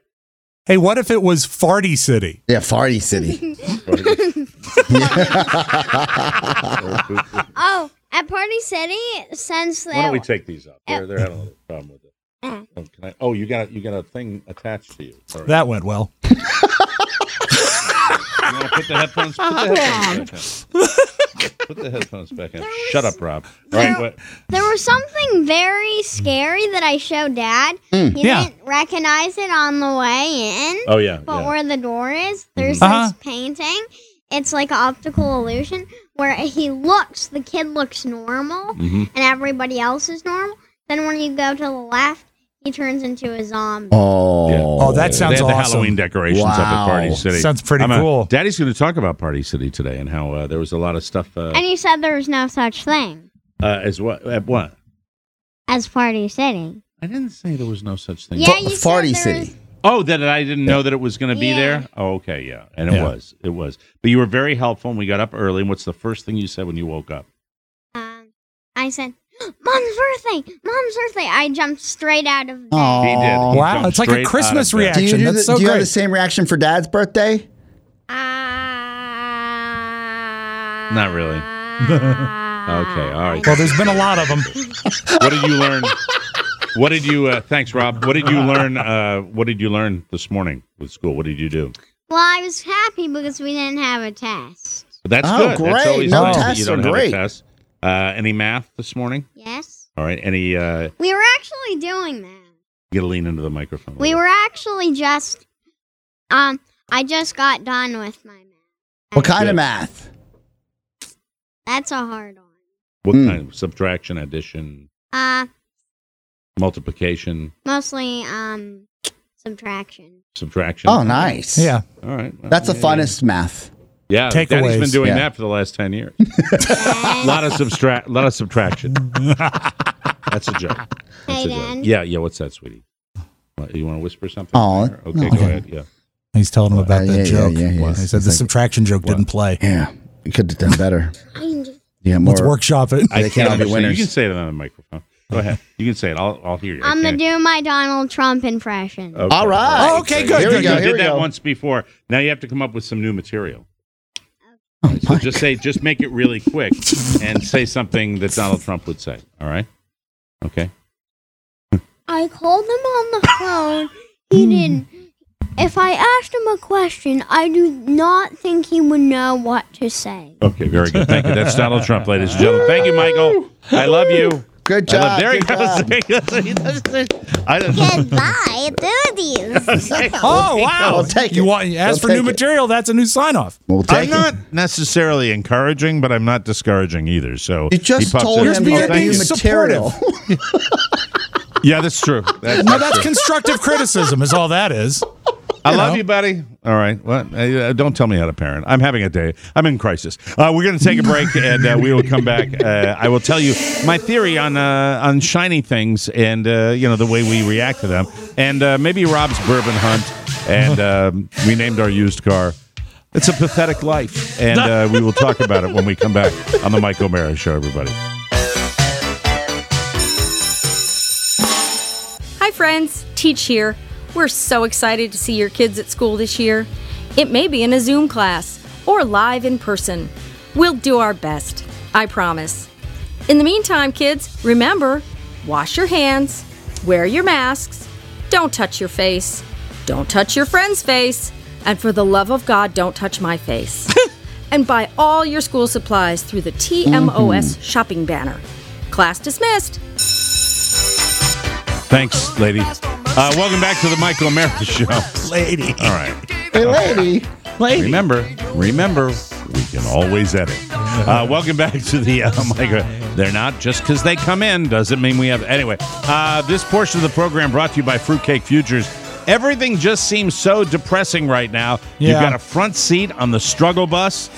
Hey, what if it was Farty City?
Yeah, Farty City.
Oh, at Party City, since
Why
that
don't we take these up?
uh,
They're, they're having a little problem with it.
Mm.
Oh, can I- oh, you got a, you got a thing attached to you. All right.
That went well.
You want to put the headphones? Put the headphones back on. Put the headphones back on. Shut up, Rob. All right. What,
there was something very scary that I showed Dad.
Hmm.
he
yeah.
didn't recognize it on the way in,
oh yeah.
but
yeah. Mm-hmm.
where the door is, there's
Uh-huh.
this painting. It's like an optical illusion where he looks, the kid looks normal,
Mhm.
and everybody else is normal. Then when you go to the left, he turns into a zombie.
Oh,
Yeah.
Oh, that
They
sounds
had the
awesome.
Halloween decorations up at Party
Wow.
City.
Sounds pretty
I'm, uh,
cool.
Daddy's going to talk about Party City today and how uh, there was a lot of stuff uh,
And you said there was no such thing
uh, as what at what.
as Party City.
I didn't say there was no such thing.
Yeah, you said
Farty
there
City.
was-
Oh, that I didn't know that it was going to be
Yeah.
there. Oh, okay, yeah, and it
Yeah.
was, it was. But you were very helpful, and we got up early. And what's the first thing you said when you woke up?
Um, I said, "Mom's birthday! Mom's birthday!" I jumped straight out of bed.
He did. He
Wow,
jumped
it's like a
straight out
Christmas
of bed.
reaction.
Do you, do,
That's
the,
so
do you have
great.
the same reaction for Dad's birthday?
Ah.
Not really. Okay, all right.
Well, there's been a lot of them.
What did you learn? What did you? Uh, thanks, Rob. What did you learn? Uh, what did you learn this morning with school? What did you do?
Well, I was happy because we didn't have a test.
That's
Oh,
good. That's
great.
always
No,
nice that
tests
you don't
are
have a
great.
test. Uh, any math this morning?
Yes,
All right. Any? Uh,
we were actually doing that.
you gotta lean into the microphone. a
We
little.
were actually just, um, I just got done with my math.
What kind
Yeah.
of math?
That's a hard one.
What
Mm.
kind of subtraction, addition,
Uh,
multiplication,
mostly um, subtraction.
subtraction?
Oh, nice.
Yeah.
All right. Well,
That's the
yeah,
funnest math.
Yeah. Daddy's been
Takeaways.
doing
Yeah.
that for the last ten years.
And-
A lot of subtract. lot of subtraction. That's a joke. That's
Hey,
a joke.
Dan.
Yeah. Yeah. What's that, sweetie? What, You want to whisper something?
Oh,
Or- okay.
no.
Go ahead. Yeah.
He's telling him about
Uh,
that
yeah, yeah,
joke.
yeah, yeah.
He said
It's
the
like-
subtraction joke didn't play.
Yeah. You could have done better. Yeah, more.
Let's workshop it.
They can't all be
understand.
winners.
You can say it on the microphone. Go ahead. You can say it. I'll, I'll hear you. I
I'm gonna
can't-
do my Donald Trump impression.
Okay.
All right.
All
Okay, good,
You
good, good.
did
Here we
that
go.
once before. Now you have to come up with some new material.
Oh,
So just say, just make it really quick and say something that Donald Trump would say. All right. Okay.
I called him on the phone.
Hmm.
He didn't. If I asked him a question, I do not think he would know what to say.
Okay. Very good. Thank you. That's Donald Trump, ladies and gentlemen. Thank you, Michael. I love you.
Good
I love-
job.
there he
good
goes.
job.
There he goes. He does this. I don't.
Goodbye, dudes.
Oh wow!
We'll take
You
it.
want as
We'll
for
take
new
it.
material? That's a new sign off.
We'll
I'm
take it.
not necessarily encouraging, but I'm not discouraging either. So he
You just
pops
told
in.
him
You're being-
to
thank
be
you.
being
material.
Yeah, that's true. That-
No, that's
true.
constructive criticism, is all that is.
I
You
love
know.
you, buddy. All right. What? Uh, don't tell me how to parent. I'm having a day. I'm in crisis. Uh, we're going to take a break, and uh, we will come back. Uh, I will tell you my theory on uh, on shiny things, and uh, you know the way we react to them, and uh, maybe Rob's bourbon hunt, and um, we named our used car. It's a pathetic life, and uh, we will talk about it when we come back on the Mike O'Mara Show. Everybody.
Hi, friends. Teach here. We're so excited to see your kids at school this year. It may be in a Zoom class or live in person. We'll do our best, I promise. In the meantime, kids, remember wash your hands, wear your masks, don't touch your face, don't touch your friend's face, and for the love of God, don't touch my face. and buy all your school supplies through the TMOS shopping banner. Class dismissed.
Thanks, lady. Uh, welcome back to the Mike O'Mara Show.
Lady.
All right.
hey, lady.
Lady.
Remember, remember, we can always edit. Uh, welcome back to the uh, micro. They're not just because they come in doesn't mean we have. Anyway, uh, this portion of the program brought to you by Fruitcake Futures. Everything just seems so depressing right now. You've
Yeah.
got a front seat on the struggle bus.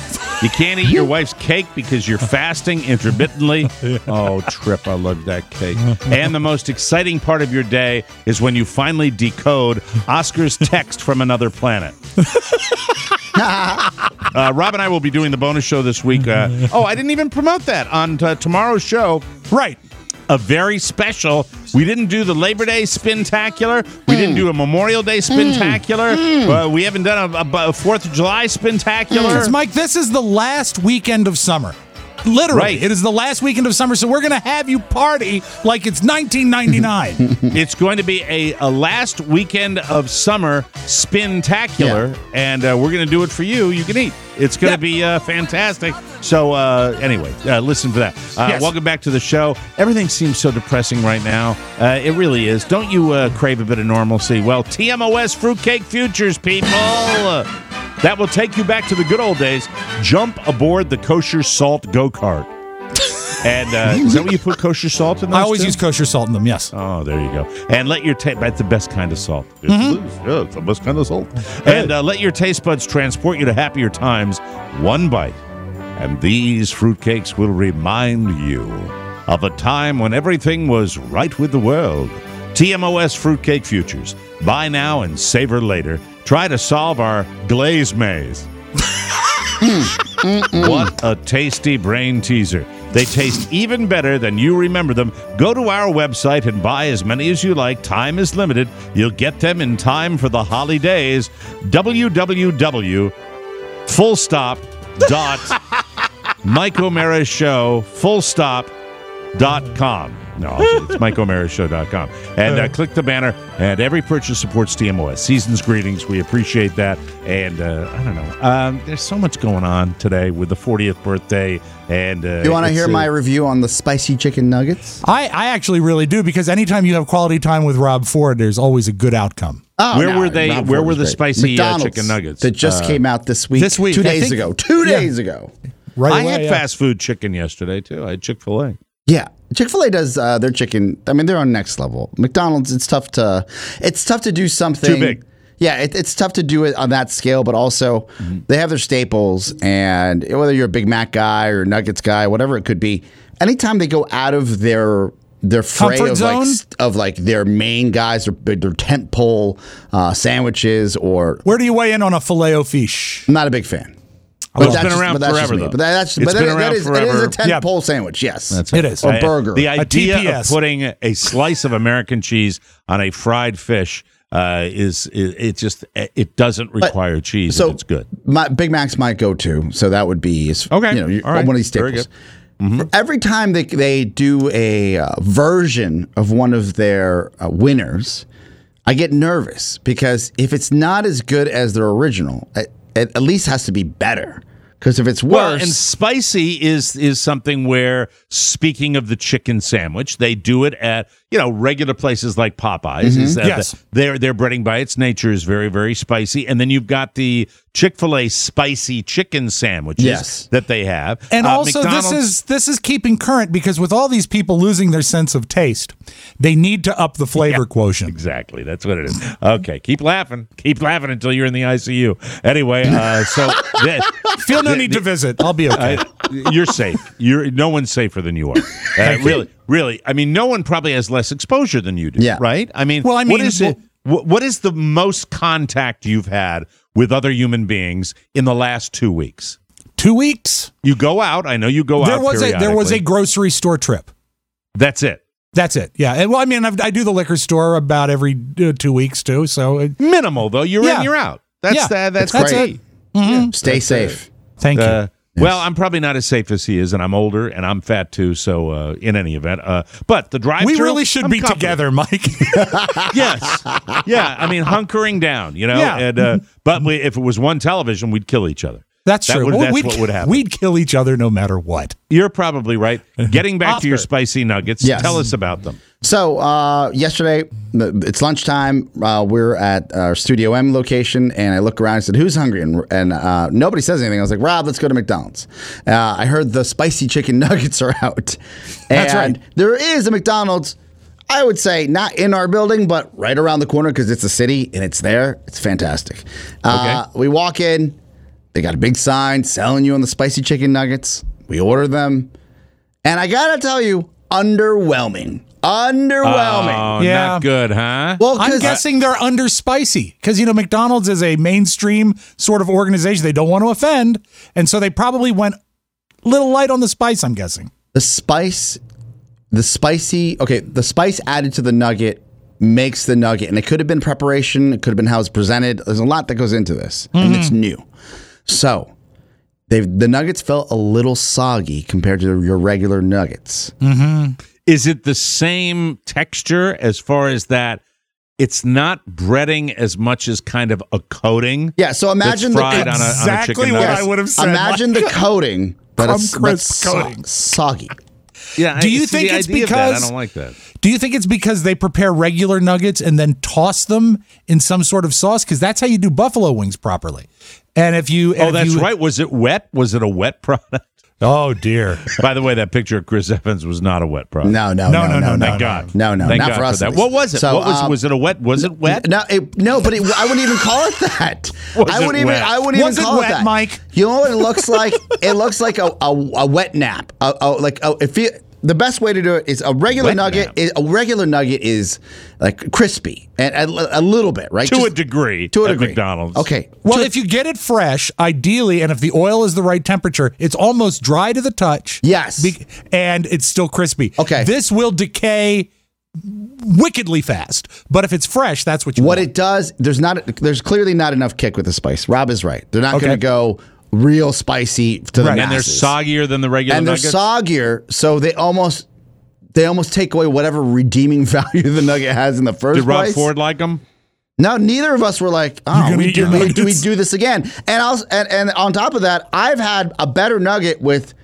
You can't eat your wife's cake because you're fasting intermittently. Oh, Trip, I love that cake. And the most exciting part of your day is when you finally decode Oscar's text from another planet. Uh, Rob and I will be doing the bonus show this week. Uh, oh, I didn't even promote that on uh, tomorrow's show.
Right.
A very special. We didn't do the Labor Day spintacular. We didn't do a Memorial Day spintacular. Uh, we haven't done a, a, a Fourth of July spintacular.
It's Mike, this is the last weekend of summer. Literally,
Right.
it is the last weekend of summer, so we're going to have you party like it's 1999.
It's going to be a, a last weekend of summer spintacular, and uh, we're going to do it for you. You can eat. It's going
Yeah.
to be uh, fantastic. So, uh, anyway, uh, listen for that. Uh,
Yes.
Welcome back to the show. Everything seems so depressing right now. Uh, it really is. Don't you uh, crave a bit of normalcy? Well, TMOS Fruitcake Futures, people. That will take you back to the good old days. Jump aboard the kosher salt go kart. And uh, is that what you put kosher salt in? Those
I always
too?
use kosher salt in them, yes.
Oh, there you go. And let your taste. That's the best kind of salt. It's
Mm-hmm.
loose. Yeah, it's the best kind of salt. And uh, let your taste buds transport you to happier times. One bite, and these fruitcakes will remind you of a time when everything was right with the world. TMOS Fruitcake Futures. Buy now and savor later. Try to solve our glaze maze. What a tasty brain teaser. They taste even better than you remember them. Go to our website and buy as many as you like. Time is limited. You'll get them in time for the holidays. www full stop dot Mike O'Mara show full stop dot com. No, it's MikeO'MaraShow.com. And uh, click the banner, and every purchase supports TMOS. Season's greetings. We appreciate that. And uh, I don't know. Um, there's so much going on today with the 40th birthday. And uh,
You want to
it's,
hear
uh,
my review on the spicy chicken nuggets?
I, I actually really do because anytime you have quality time with Rob Ford, there's always a good outcome.
Oh,
Where were they-
Rob
where were
Ford was
the
great.
spicy, uh,
McDonald's
chicken nuggets?
that just
Uh,
came out this week?
this week,
two
I
days
think-
ago, two
Yeah.
days ago.
Right
I
away,
had
yeah.
fast food chicken yesterday, too. I had Chick fil A.
Yeah, Chick Fil A does uh, their chicken. I mean, they're on next level. McDonald's, it's tough to, it's tough to do something
Too big.
Yeah, it, it's tough to do it on that scale, but also
Mm-hmm.
they have their staples, and whether you're a Big Mac guy or Nuggets guy, whatever it could be, anytime they go out of their their fray
Comfort
of
zone?
like s- of like their main guys or their tent pole uh, sandwiches, or
Where do you weigh in on a filet o fish?
I'm not a big fan.
Well, it's been around
but that's
forever,
me.
though.
But that's
It's
but that,
been
is- that
around
is, It is
forever.
a ten
Yeah.
pole sandwich. Yes,
That's
it
right.
is or
I-
burger.
The idea of putting a slice of American cheese on a fried fish uh, is it, it just it doesn't require cheese.
so
if it's good.
My Big Mac's might go to, so that would be is-
Okay.
You know, you-
All right.
one of these
Very Mm-hmm.
staples. For Every time they they do a uh, version of one of their uh, winners, I get nervous because if it's not as good as their original, it, it at least has to be better. Because if it's worse,
Well, and spicy is is something where speaking of the chicken sandwich, they do it at you know regular places like Popeyes. Is
Mm-hmm.
Mhm.
that
Yes.
the- their their breading by its nature is very very spicy, and then you've got the Chick fil A spicy chicken sandwiches
Yes.
that they have,
And
Uh,
also, this
McDonald's-
is this is keeping current because with all these people losing their sense of taste, they need to up the flavor quotient.
Exactly. That's what it is. Okay. Keep laughing. Keep laughing until you're in the ICU. Anyway, uh, so this,
Feel no need to visit. I'll be okay.
you're safe. You're no one's safer than you are. Uh,
Thank you.
really, really. I mean, no one probably has less exposure than you do.
Yeah.
Right. I mean,
Well, I
what
mean,
is it? What, what is the most contact you've had with other human beings in the last two weeks?
Two weeks.
You go out. I know you go
there
out.
was a there was
periodically.
a grocery store trip.
That's it.
That's it. Yeah. And, well, I mean, I've, I do the liquor store about every uh, two weeks too. So it,
minimal though. You're in.
Yeah.
You're out. That's
Yeah.
that. That's,
That's
great.
it.
mm-hmm.
Mhm.
stay
That's
safe.
Thank you.
Uh, Well, I'm probably not as safe as he is, and I'm older, and I'm fat too. So, uh, in any event, uh, but the drive.
we really should be together, Mike.
yes, yeah. I mean, hunkering down, you know.
Yeah.
And uh, but we, if it was one television, we'd kill each other.
That's
That
true.
would-
Well,
that's
we'd-
what would happen.
We'd kill each other no matter what.
You're probably right. Getting back to your spicy nuggets,
Yes.
tell us about them.
So uh, yesterday, th- it's lunchtime. Uh, we're at our Studio M location, and I look around and said, "Who's hungry?" And, and uh, nobody says anything. I was like, "Rob, let's go to McDonald's." Uh, I heard the spicy chicken nuggets are out, and
That's right.
there is a McDonald's. I would say not in our building, but right around the corner because it's a city and it's there. It's fantastic. Uh, we walk in. They got a big sign selling you on the spicy chicken nuggets. We order them. And I gotta tell you, underwhelming. Underwhelming.
Oh,
Yeah.
not good, huh?
Well,
I'm
'cause-
guessing they're under spicy because you know McDonald's is a mainstream sort of organization. They don't want to offend, and so they probably went a little light on the spice. I'm guessing.
the spice, the spicy. Okay, the spice added to the nugget makes the nugget, and it could have been preparation. It could have been how it's presented. There's a lot that goes into this, and
Mm-hmm.
it's new. So, they the nuggets felt a little soggy compared to your regular nuggets.
Mm-hmm. Is it the same texture as far as that? It's not breading as much as kind of a coating.
Yeah. So imagine
that's fried
the,
on a- on a Exactly chicken what nugget. I would have said,
Imagine the coating, but
Crumb
it's but
crisp
so-
coating.
soggy.
Yeah.
Do
I-
you
it's the
think it's
idea of that.
because-
I don't like that?
Do you think it's because they prepare regular nuggets and then toss them in some sort of sauce? Because that's how you do buffalo wings properly. And if you, and
Oh,
if
that's
you-
right. Was it wet? Was it a wet product?
Oh dear.
By the way, that picture of Chris Evans was not a wet product.
No, no,
No,
no, no,
no, no,
no,
thank
no.
God.
no, no,
Thank
not
God
for us.
that.
at least.
What was it?
So,
what was
um,
was it a wet? Was it wet?
No, it, no, but it, I wouldn't even call it that.
Was
I
it
wouldn't
wet?
even. I wouldn't
Was it
even call
wet,
that,
Mike?
You know what it looks like? it looks like a, a, a wet nap. A, a, like a, if you, the best way to do it is a regular
Wet
nugget.
nap.
Is, a regular nugget is like crispy and a, a little bit, right?
to a
Just-
degree.
To a
at
degree.
McDonald's.
Okay.
Well, if you get it fresh, ideally, and if the oil is the right temperature, it's almost dry to the touch.
Yes.
Be- and it's still crispy.
Okay.
This will decay wickedly fast, but if it's fresh, that's what you
What
want.
it does, there's not, there's clearly not enough kick with the spice. Rob is right. They're not
Okay.
going to go real spicy to the
Right.
And they're
masses.
soggier than the regular
and they're
nuggets.
soggier, so they almost they almost take away whatever redeeming value the nugget has in the first
Did Rob
place.
Ford like them?
No, neither of us were like,
You're
oh,
gonna
we
eat
do,
your
we, do we
nuggets?
do this again? And I'll, and, and on top of that, I've had a better nugget with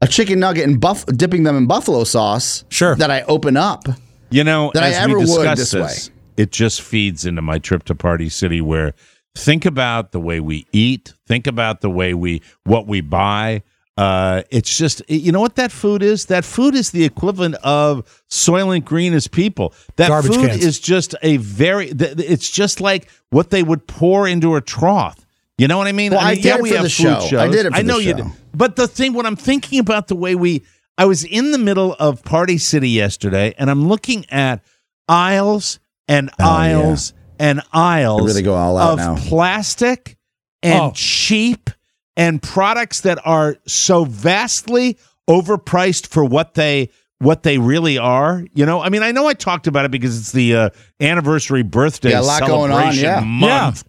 a chicken nugget and buff dipping them in buffalo sauce.
Sure.
that I open up.
You know,
That I
as
ever
we
would
discuss
this
this, it just feeds into my trip to Party City where think about the way we eat, think about the way we what we buy. Uh, it's just you know what that food is? That food is the equivalent of Soylent Green is people. That
Garbage
food
cans.
is just a very th- th- it's just like what they would pour into a trough. You know what I mean?
Well, I
mean,
did it for the show. I did it for
I
the
know you
show.
did. But the thing, when I'm thinking about the way we, I was in the middle of Party City yesterday, and I'm looking at aisles
Oh,
and aisles and aisles
They really go all out
of
now.
plastic and
Oh.
cheap and products that are so vastly overpriced for what they what they really are. You know, I mean, I know I talked about it because it's the uh, anniversary birthday
Yeah, a lot going on,
celebration
yeah.
month.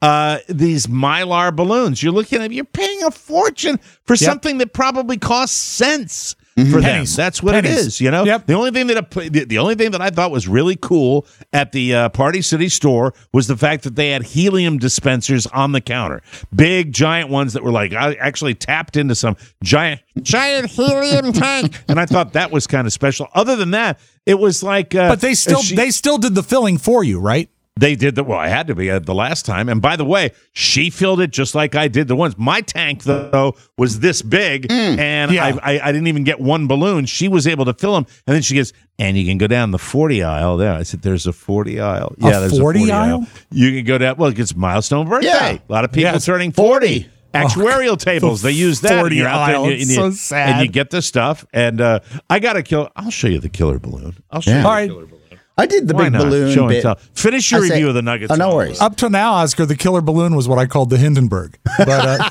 Uh, these mylar balloons. You're looking at. You're paying a fortune for something that probably costs cents
Mm-hmm.
for
Mm-hmm. Pennies.
them. That's what it
Pennies.
is. You know. The only thing that uh, the the only thing that I thought was really cool at the uh, Party City store was the fact that they had helium dispensers on the counter, big giant ones that were like I actually tapped into some giant giant helium tank, and I thought that was kind of special. Other than that, it was like. Uh,
But they still- they
still did the filling for you, right? They did the well. I had to be uh, the last time. And by the way, she filled it just like I did the ones. My tank though was this big,
Mm.
and I, I I didn't even get one balloon. She was able to fill them, and then she goes, and you can go down the forty aisle there. I said, there's a forty aisle.
A
yeah, there's a
40
forty
aisle?
You can go down. Well, it's milestone birthday.
Yeah.
A lot of people
Yes.
turning forty. Actuarial tables, they use that. and
40
you're out there and you-
aisle.
and you-
So
and
sad.
you get the stuff, and uh, I got a kill. I'll show you the killer balloon. I'll show
Yeah.
you
All
the
right.
killer balloon.
I did
the
Why
big
not?
balloon
Show
bit.
and tell. Finish your
I say-
review of the Nuggets.
Oh, no
worries.
Up till now, Oscar, the killer balloon was what I called the Hindenburg. But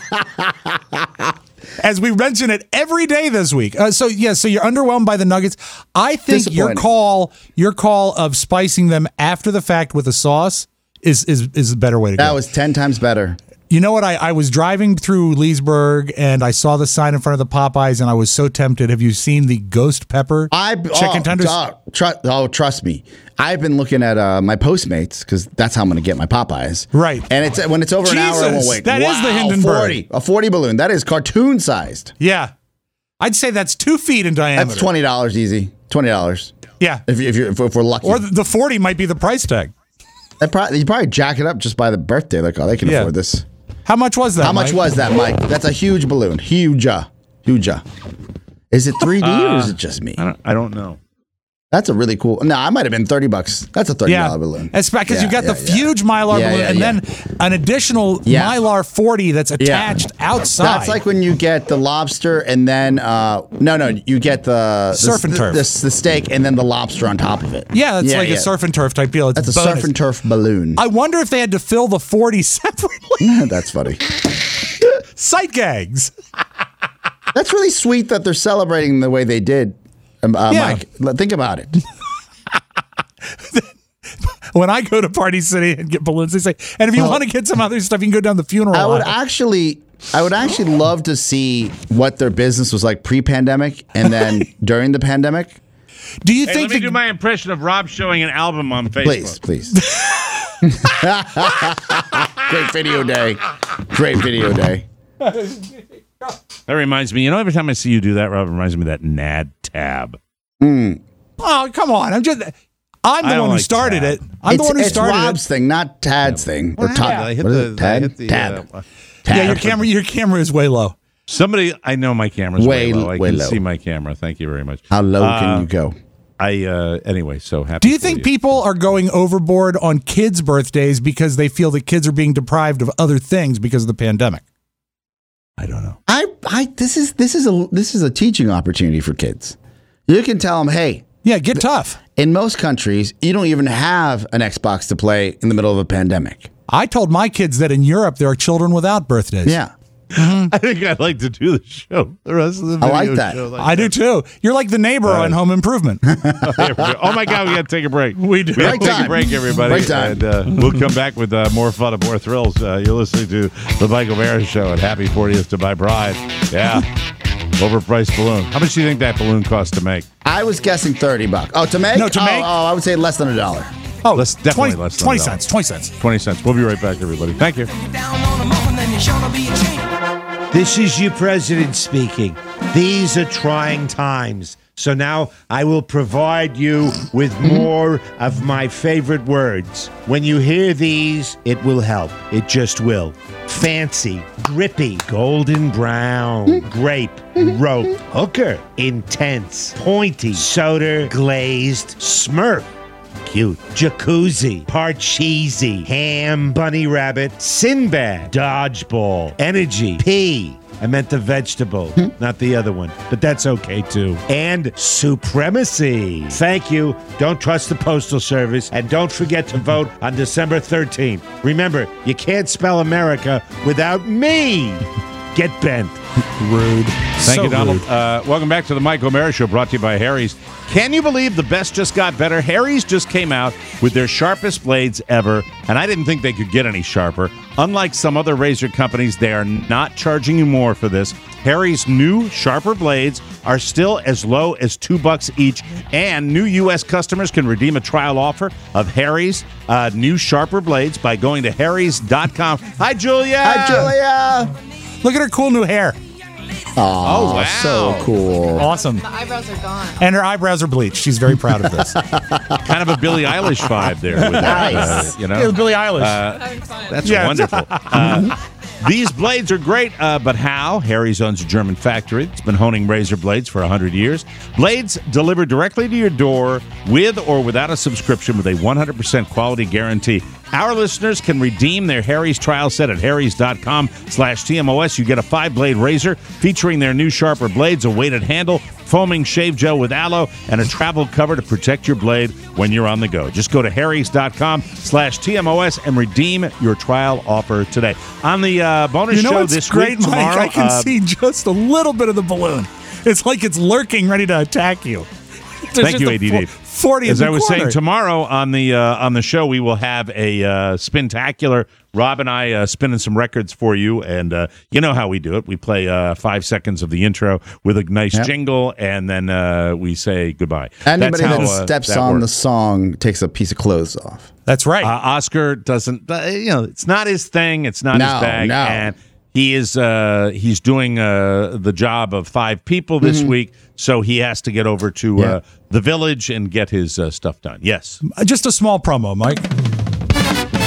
uh, as we mention it every day this week, uh, so yeah, so you're underwhelmed by the Nuggets. I think your
Disappointing.
call, your call of spicing them after the fact with a sauce is is is a better way to
That
go.
was 10 times better.
You know what? I, I was driving through Leesburg and I saw the sign in front of the Popeyes and I was so tempted. Have you seen the ghost pepper
I
chicken
oh,
tenders?
dog, tru- oh, trust me. I've been looking at uh, my Postmates because that's how I'm going to get my Popeyes.
Right.
And it's when it's over an hour. I'm
Jesus,
awake.
that is the
Wow,
Hindenburg.
40, a 40 balloon. That is cartoon sized.
Yeah. I'd say that's two feet in diameter.
That's twenty dollars easy. Twenty dollars.
Yeah.
If you, if, you, if, we're lucky,
Or the- the 40 might be the price tag.
That probably, you probably jack it up just by the birthday. Like, oh, they can
Yeah.
afford this.
How much was that?
How much
Mike?
was that, Mike? That's a huge balloon. Huge. uh, Huge. Is it 3D or is
Uh,
it just me?
I don't, I don't know.
That's a really cool. No, I might have been 30 bucks. That's a $30 balloon.
Because
Yeah,
you've got
yeah,
the
yeah.
huge mylar
Yeah,
balloon
yeah,
and
yeah.
then an additional
Yeah.
mylar 40 that's
Yeah.
attached outside.
That's like when you get the lobster and then uh no no you get the the-
Surf and
the,
turf.
the, the steak and then the lobster on top of it.
yeah, it's like a surf and turf type deal. It's
That's a
bonus.
surf and turf balloon.
I wonder if they had to fill the 40 separately.
That's funny.
Sight gags.
That's really sweet that they're celebrating the way they did. Um, uh,
Yeah.
Mike, l- think about it.
When I go to Party City and get balloons, they say, and if you
Well-
want to get some other stuff, you can go down the funeral
I would
aisle.
actually, I would actually love to see what their business was like pre-pandemic and then during the pandemic.
Do you
Hey,
think
let me do my impression of Rob showing an album on Facebook.
Please, please. Great video day. Great video day.
That reminds me. You know, every time I see you do that, Rob, it reminds me of that Nad Tab.
Hmm,
Oh, come on. I'm just I'm
I
the
don't
one who
like
started
Tad.
it. I'm the
It's-
one who
it's
started
Rob's
it.
thing, not Tad's thing. Or Todd.
Ah, I hit
what is
the-
it?
I
Tad?
hit the,
Tad.
uh,
Yeah, your
Tad.
camera your camera is way low.
Somebody I know my camera's way,
Way-
low. I
way
can
low.
see my camera. Thank you very much.
How low
Uh,
can you go?
I uh anyway, so happy.
Do you
for
think people are going overboard on kids' birthdays because they feel that kids are being deprived of other things because of the pandemic?
I don't know.
I, I, this is this is a this is a teaching opportunity for kids. You can tell them, hey,
Yeah, get tough.
in most countries, you don't even have an Xbox to play in the middle of a pandemic.
I told my kids that in Europe there are children without birthdays.
Yeah.
I think I'd like to do the show. The rest of the
I like
video
that.
show like
I do too. You're like the neighbor on Home Improvement.
that. oh my god, we got to take a break. We do. We got to
Break
take a
time.
break, everybody,
Break time.
and uh, we'll come back with uh, more fun and more thrills. Uh, you're listening to the Michael Barron Show and Happy 40th to my bride. Yeah, overpriced balloon. How much do you think that balloon cost to make?
I was guessing 30 bucks. Oh, to make?
No, to
oh,
make?
Oh, I would say less than a dollar.
Oh,
Less, definitely
20,
less than
20
a dollar.
cents. 20 cents.
20 cents. We'll be right back, everybody. Thank you.
This is your president speaking. These are trying times. So now I will provide you with
Mm-hmm.
more of my favorite words. When you hear these, it will help. It just will. Fancy, grippy, golden brown,
Mm-hmm.
grape, rope, hooker, intense, pointy, soda, glazed, smurf cute. Jacuzzi, Parcheesi, Ham, Bunny Rabbit, Sinbad, Dodgeball, Energy, Pea. I meant the vegetable, not the other one, but that's okay too. And supremacy. Thank you. Don't trust the Postal Service and don't forget to vote on December 13th. Remember, you can't spell America without me. Get bent.
Rude.
Thank you, Donald. Uh, welcome back to the Mike O'Mara Show, brought to you by Harry's. Can you believe the best just got better? Harry's just came out with their sharpest blades ever, and I didn't think they could get any sharper. Unlike some other razor companies, they are not charging you more for this. Harry's new sharper blades are still as low as two bucks each, and new U.S. customers can redeem a trial offer of Harry's uh, new sharper blades by going to harrys.com. Hi, Julia.
Hi, Julia.
Look at her cool new hair.
Oh,
wow.
so cool.
Awesome.
My eyebrows are gone.
And her eyebrows are bleached. She's very proud of this.
kind of a Billie Eilish vibe there. With that,
Nice.
uh, you know,
Yeah, Billie Eilish.
Uh,
Having fun.
that's
Yeah.
wonderful. Uh, these blades are great, uh, but how? Harry's owns a German factory that's been honing razor blades for 100 years. Blades delivered directly to your door with or without a subscription with a 100% quality guarantee. Our listeners can redeem their Harry's trial set at harrys.com slash TMOS. You get a five-blade razor featuring their new sharper blades, a weighted handle, foaming shave gel with aloe, and a travel cover to protect your blade when you're on the go. Just go to harrys.com slash TMOS and redeem your trial offer today. On the uh, bonus
you know
show
what's
this
great,
week, tomorrow,
Mike? I can
uh,
see just a little bit of the balloon. It's like it's lurking, ready to attack you. There's
Thank
just
you,
a
ADD.
fo- Forty.
As
in the
I was
corner.
saying, tomorrow on the uh, on the show we will have a uh, spintacular. Rob and I uh, spinning some records for you, and uh, you know how we do it. We play uh, five seconds of the intro with a nice
Yep.
jingle, and then uh, we say goodbye. That's
Anybody
how,
that
uh,
steps
that
on
works.
the song takes a piece of clothes off.
That's right.
Uh, Oscar doesn't. Uh, you know, it's not his thing. It's not
No,
his bag.
no.
And he is. Uh, he's doing uh, the job of five people this week, so he has to get over to uh, the village and get his uh, stuff done. Yes.
Uh, just a small promo, Mike.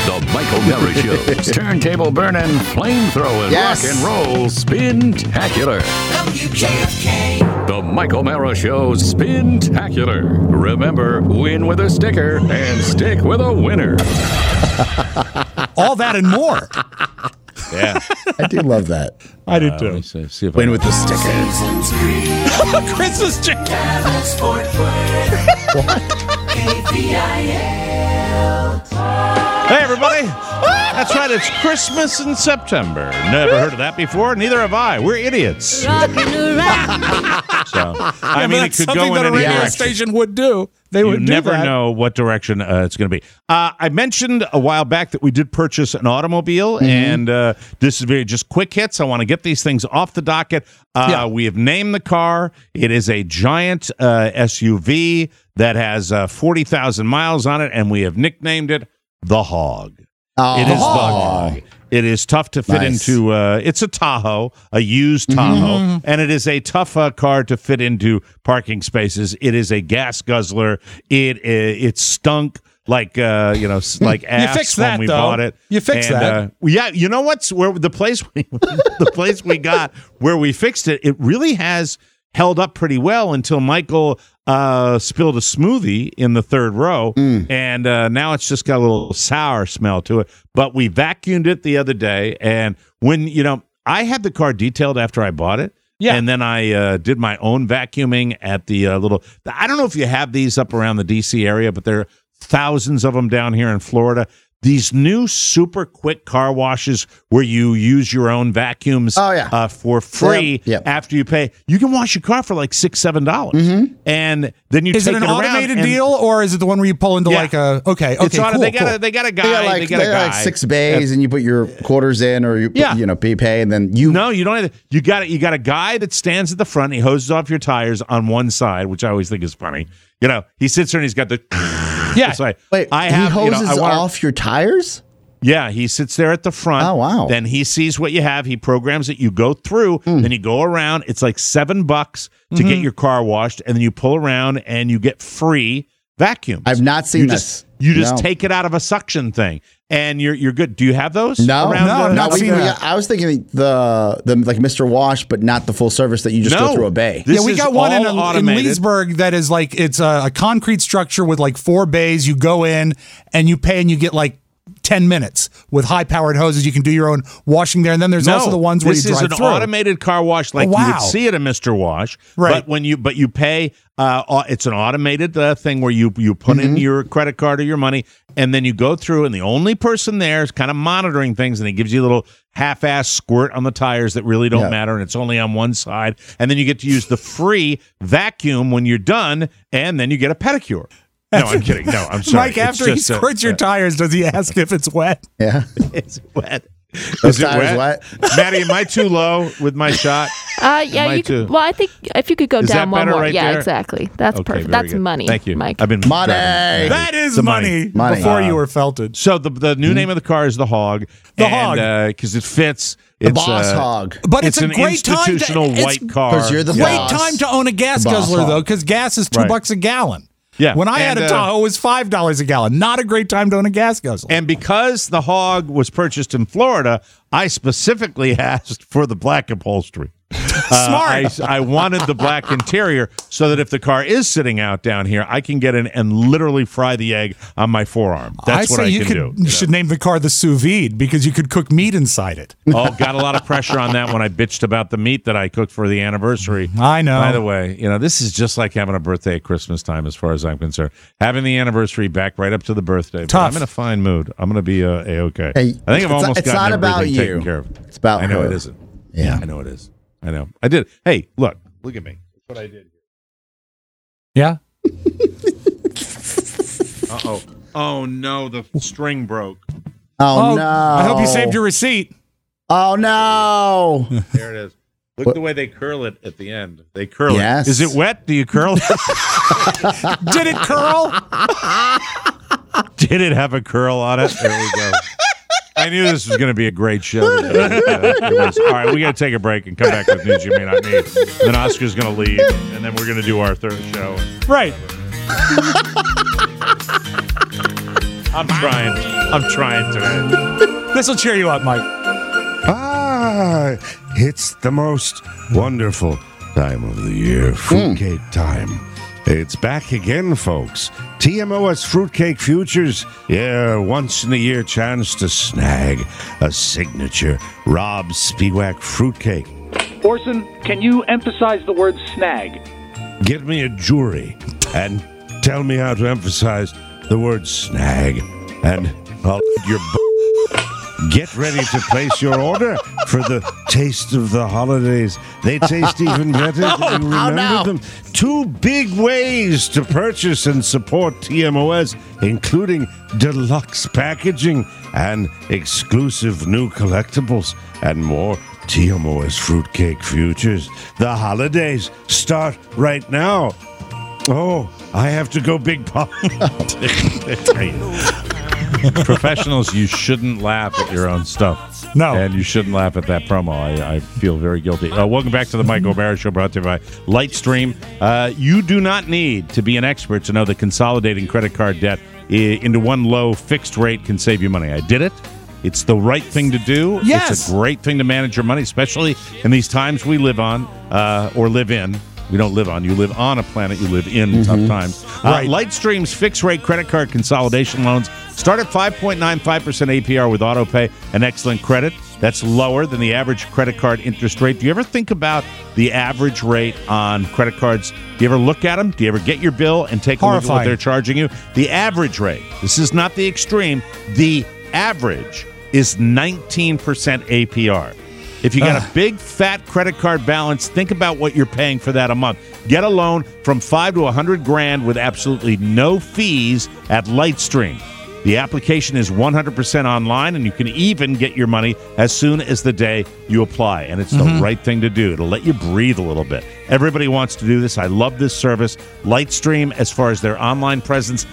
The Mike O'Mara Show's turntable burning, flamethrowing,
Yes.
rock and roll spintacular.
WJFK.
The Mike O'Mara Show's spintacular. Remember, win with a sticker and stick with a winner.
All that and more.
Yeah.
I do love that.
I do
Let me
too.
see, see if
Win
I,
with the sticker.
Christmas jingle.
hey everybody. That's right. It's Christmas in September. Never heard of that before. Neither have I. We're idiots. So I
Yeah, but
mean, it
that's
could
something
go in
that a
any
radio
direction.
station would do. They
you
would do
never
that.
know what direction uh, it's going to be. Uh, I mentioned a while back that we did purchase an automobile,
Mm-hmm.
and uh, this is very just quick hits. I want to get these things off the docket. Uh,
Yeah.
We have named the car. It is a giant uh, SUV that has uh, forty thousand miles on it, and we have nicknamed it the Hog.
Oh,
It is bug. It is tough to fit
Nice.
into. Uh, it's a Tahoe, a used Tahoe, and it is a tough uh, car to fit into parking spaces. It is a gas guzzler. It it, it stunk like uh, you know s- like ass
fixed
when
that,
we
though.
bought it.
You fixed
And,
that.
uh, yeah, you know what's where the place we, the place we got where we fixed it. It really has held up pretty well until Michael uh, spilled a smoothie in the third row, and uh, now it's just got a little sour smell to it. But we vacuumed it the other day, and when you know I had the car detailed after I bought it.
Yeah.
And then I uh, did my own vacuuming at the uh, little. I don't know if you have these up around the DC area, but there are thousands of them down here in Florida. These new super quick car washes where you use your own vacuums
Oh, yeah.
uh, for free
Yep, yep.
after you pay. You can wash your car for like six, seven dollars,
Mm-hmm.
and then you
Is
take
it an
around
automated
and-
deal or is it the one where you pull into
Yeah.
like a okay? Okay,
It's auto-
cool,
they got
cool.
a, they got a guy.
They got like,
they
they
got a
got like
guy.
six bays, and you put your quarters in, or you put,
Yeah.
you know pay pay, and then you.
No, you don't. Have to, you got it. You got a guy that stands at the front. He hoses off your tires on one side, which I always think is funny. You know, he sits there and he's got the.
Yeah.
It's like,
Wait,
I
he
have. you know,
hoses
I wanna-
off your tires.
Yeah, he sits there at the front.
Oh, wow. Hmm.
Then he sees what you have. He programs it. You go through, then you go around. It's like seven bucks to get
Mm-hmm.
your car washed, and then you pull around and you get free vacuums.
I've not seen
you
this.
Just, you just
No.
take it out of a suction thing, and you're you're good. Do you have those?
No,
around, uh,
I've not
we-
seen
we-
that.
I was thinking the the like Mr. Wash, but not the full service that you just
No.
go through a bay.
This
yeah, we
is
got one in,
all
a, in
automated.
Leesburg that is like it's a, a concrete structure with like four bays. You go in and you pay and you get like 10 minutes with high powered hoses. You can do your own washing there. And then there's
No,
also the ones where
this
you drive
is an
through.
automated car wash like
Oh,
you
wow.
would see at a Mister Wash.
Right.
But when you but you pay, uh, au- it's an automated uh, thing where you you put
Mm-hmm.
in your credit card or your money, and then you go through, and the only person there is kind of monitoring things, and it gives you a little half-ass squirt on the tires that really don't
Yeah.
matter, and it's only on one side, and then you get to use the free vacuum when you're done, and then you get a pedicure. No, I'm kidding. No, I'm sorry.
Mike,
It's
after he
just uh, a-
squirts your tires, does he ask if it's wet?
Yeah.
it's wet.
Those
Is it
tires
wet? Maddie, am I too low with my shot?
Uh, yeah,
Mine
you
too.
could, well, I think if you could go
Is
down
that
one
better
more,
right
yeah,
there?
exactly. That's
Okay,
perfect.
very
That's
good.
money.
Thank you.
Mike.
I've been
Money.
driving-
That is
The Uh,
money, before you were felted.
So the the new name of the car is the Hog.
The
and,
Hog.
because it fits.
The
it's,
Boss
uh,
Hog. But it's a
an
great time to-
institutional
it's-
white car.
'Cause you're the Great boss. time to own a gas
The Boss
guzzler,
Hog.
though, because gas is two
Right.
bucks a gallon.
Yeah.
When I
And,
had a
uh,
Tahoe, it was five dollars a gallon. Not a great time to own a gas guzzler.
And because the Hog was purchased in Florida, I specifically asked for the black upholstery. Uh,
Smart.
I, I wanted the black interior so that if the car is sitting out down here, I can get in and literally fry the egg on my forearm. That's
I
what
say
I
you
can
could,
do.
You should name the car the sous vide because you could cook meat inside it.
oh, got a lot of pressure on that when I bitched about the meat that I cooked for the anniversary.
I know.
By the way, you know, this is just like having a birthday at Christmas time, as far as I'm concerned. Having the anniversary back right up to the birthday. but
Tough.
I'm in a fine mood. I'm going to be uh, a-okay.
Hey,
I think I've
it's-
almost
it's
gotten
not about
everything
you.
taken care of.
It's about
I know
her.
it isn't.
Yeah.
I know it is. I know. I did. Hey, look. Look at me. That's what I did.
Yeah.
Uh-oh. Oh, no. The string broke.
Oh, no.
I hope you saved your receipt.
Oh no.
There it is. Look the way they curl it at the end. They curl
Yes.
it. Is it wet? Do you curl it?
Did it curl?
Did it have a curl on it? There we go. I knew this was going to be a great show. uh, All right, we got to take a break and come back with news you may not need. Then Oscar's going to leave, and then we're going to do our third show.
Right.
I'm trying. I'm trying to.
This will cheer you up, Mike.
Ah, it's the most wonderful time of the year, fruitcake time. It's back again, folks. TMOS Fruitcake Futures. Yeah, once in a year chance to snag a signature Rob Spiewak fruitcake.
Orson, can you emphasize the word snag?
Get me a jury and tell me how to emphasize the word snag, and I'll your. B- Get ready to place your order for the taste of the holidays. They taste even better if you
No,
remember
no.
them. Two big ways to purchase and support TMOS, including deluxe packaging and exclusive new collectibles and more. TMOS Fruitcake Futures. The holidays start right now. Oh, I have to go big pop.
Professionals, you shouldn't laugh at your own stuff.
No.
And you shouldn't laugh at that promo. I, I feel very guilty. Uh, welcome back to the Mike O'Mara Show brought to you by Lightstream. Uh, you do not need to be an expert to know that consolidating credit card debt i- into one low fixed rate can save you money. I did it. It's the right thing to do. It's
Yes.
a great thing to manage your money, especially in these times we live on uh, or live in. We don't live on. You live on a planet. You live in tough times. Uh,
Mm-hmm. Right.
Lightstream's fixed rate credit card consolidation loans start at 5.95% APR with autopay and excellent credit. That's lower than the average credit card interest rate. Do you ever think about the average rate on credit cards? Do you ever look at them? Do you ever get your bill and take a look at what
Horrifying.
they're charging you? The average rate, this is not the extreme, the average is 19% APR. If you got a big fat credit card balance, think about what you're paying for that a month. Get a loan from 5 to 100 grand with absolutely no fees at Lightstream. The application is 100% online and you can even get your money as soon as the day you apply and it's the right thing to do. It'll let you breathe a little bit. Everybody wants to do this. I love this service. Lightstream as far as their online presence I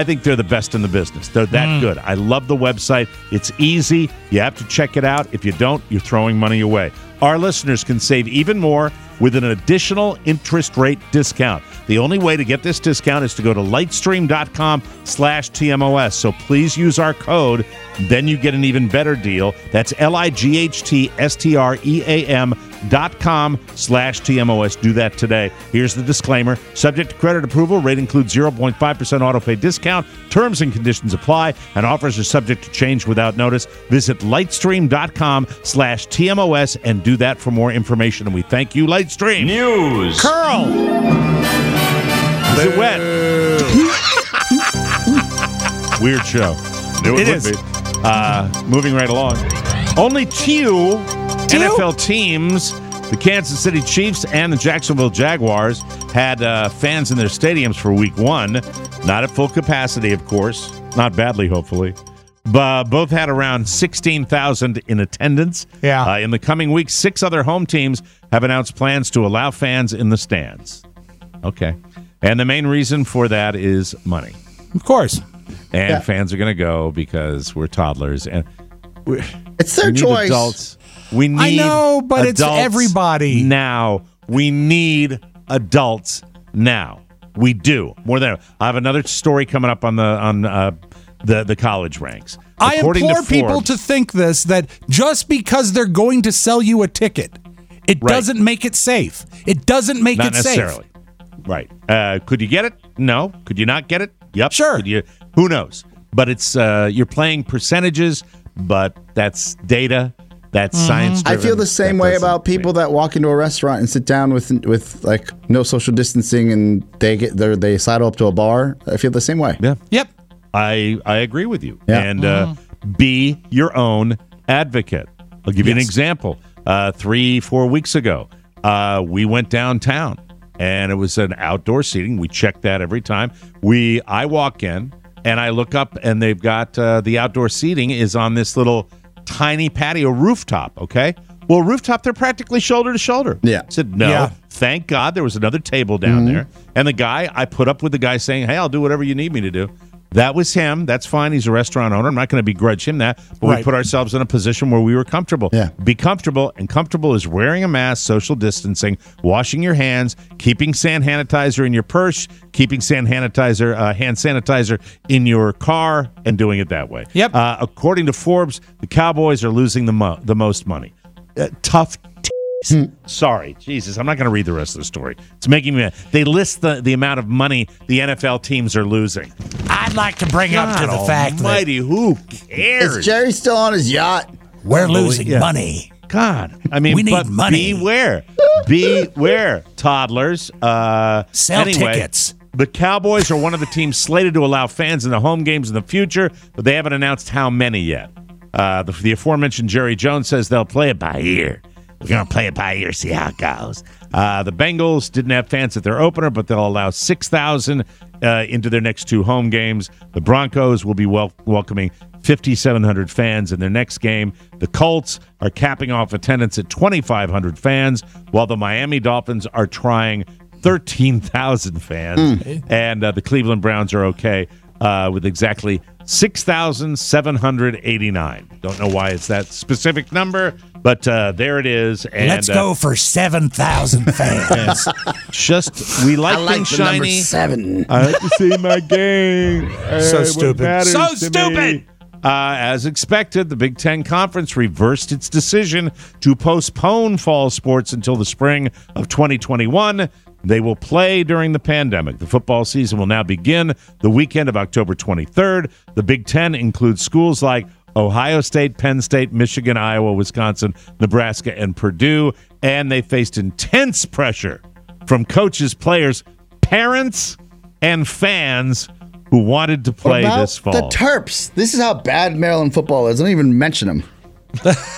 I think they're the best in the business. They're that good. I love the website. It's easy. You have to check it out. If you don't, you're throwing money away. Our listeners can save even more with an additional interest rate discount. The only way to get this discount is to go to lightstream.com slash TMOS. So please use our code. Then you get an even better deal. That's L I G H T S T R E A M com slash TMOS. Do that today. Here's the disclaimer. Subject to credit approval, rate includes 0.5% autopay discount. Terms and conditions apply, and offers are subject to change without notice. Visit lightstream.com slash TMOS and do that for more information. And we thank you, Lightstream. News. Curl. Is it wet? Weird show. Knew it,
It
would
is.
be. Uh, moving right along. Only two NFL teams, the Kansas City Chiefs and the Jacksonville Jaguars, had uh, fans in their stadiums for week one. Not at full capacity, of course. Not badly, hopefully. But uh, both had around 16,000 in attendance. Yeah. in the coming weeks, six other home teams have announced plans to allow fans in the stands. Okay. And the main reason for that is money.
Of course.
And
Yeah.
fans are going to go because we're toddlers and we're,
it's their
we need
choice.
Adults. We need
I know, but it's
adults
everybody.
now. We need adults now. We do more than ever. I have another story coming up on the on uh, the the college ranks.
I
According
implore people
Forbes-
to think this that just because they're going to sell you a ticket, it
Right.
doesn't make it safe. It doesn't make
not
it
necessarily.
safe.
Right. Uh, could you get it? No. Could you not get it? Yep. Sure. Could you, who knows? But it's uh, you're playing percentages, but that's data. That's
Mm-hmm.
science.
I feel the same way about people that walk into a restaurant and sit down with with like no social distancing and they get they they sidle up to a bar. I feel the same way.
Yeah.
Yep.
I I agree with you.
Yeah.
And uh, be your own advocate. I'll give you an example. Uh, three four weeks ago, uh, we went downtown, and it was an outdoor seating. We check that every time. We I walk in and I look up, and they've got uh, the outdoor seating is on this little tiny patio rooftop. Okay. Well, rooftop, they're practically shoulder to shoulder. Yeah. said no.
Yeah. Mm-hmm.
Thank God there was another table down there. And the guy, I put up with the guy saying, Hey, I'll do whatever you need me to do. That was him. That's fine. He's a restaurant owner. I'm not going to begrudge him that. But we
Right.
put ourselves in a position where we were comfortable. Yeah. Be comfortable. And comfortable is wearing a mask, social distancing, washing your hands, keeping hand sanitizer in your purse, keeping sand sanitizer, uh, hand sanitizer in your car, and doing it that way. Yep. Uh, according to Forbes, the Cowboys are losing the, mo- the most money. Uh, tough Sorry, Jesus, I'm not going to read the rest of the story. It's making me. They list the, the amount of money the NFL teams are losing.
I'd like to bring up to the fact that-
almighty, who cares?
Is
Jerry still on his yacht?
We're losing money.
God, I mean,
We need
but
money.
Beware, beware, toddlers. Uh,
Sell
anyway,
tickets.
The Cowboys are one of the teams slated to allow fans in the home games in the future, but they haven't announced how many yet. Uh, the, the aforementioned Jerry Jones says they'll play it by ear. We're gonna play it by ear, see how it goes. Uh, the Bengals didn't have fans at their opener, but they'll allow six thousand uh, into their next two home games. The Broncos will be wel- welcoming 5,700 fans in their next game. The Colts are capping off attendance at 2,500 fans, while the Miami Dolphins are trying 13,000 fans. And uh, the Cleveland Browns are okay uh, with exactly 6,789. Don't know why it's that specific number, but uh, there it is. And
Let's
uh,
go for 7,000 fans.
just we like,
I like
things
the number
shiny.
seven.
I like to see my game.
So
Uh, what
stupid.
matters
So
to me.
stupid.
Uh, as expected, the Big Ten Conference reversed its decision to postpone fall sports until the spring of 2021. They will play during the pandemic. The football season will now begin the weekend of October 23rd. The Big Ten includes schools like Ohio State, Penn State, Michigan, Iowa, Wisconsin, Nebraska, and Purdue. And they faced intense pressure from coaches, players, parents, and fans who wanted to play
about
this fall.
The Terps. This is how bad Maryland football is. Don't even mention them.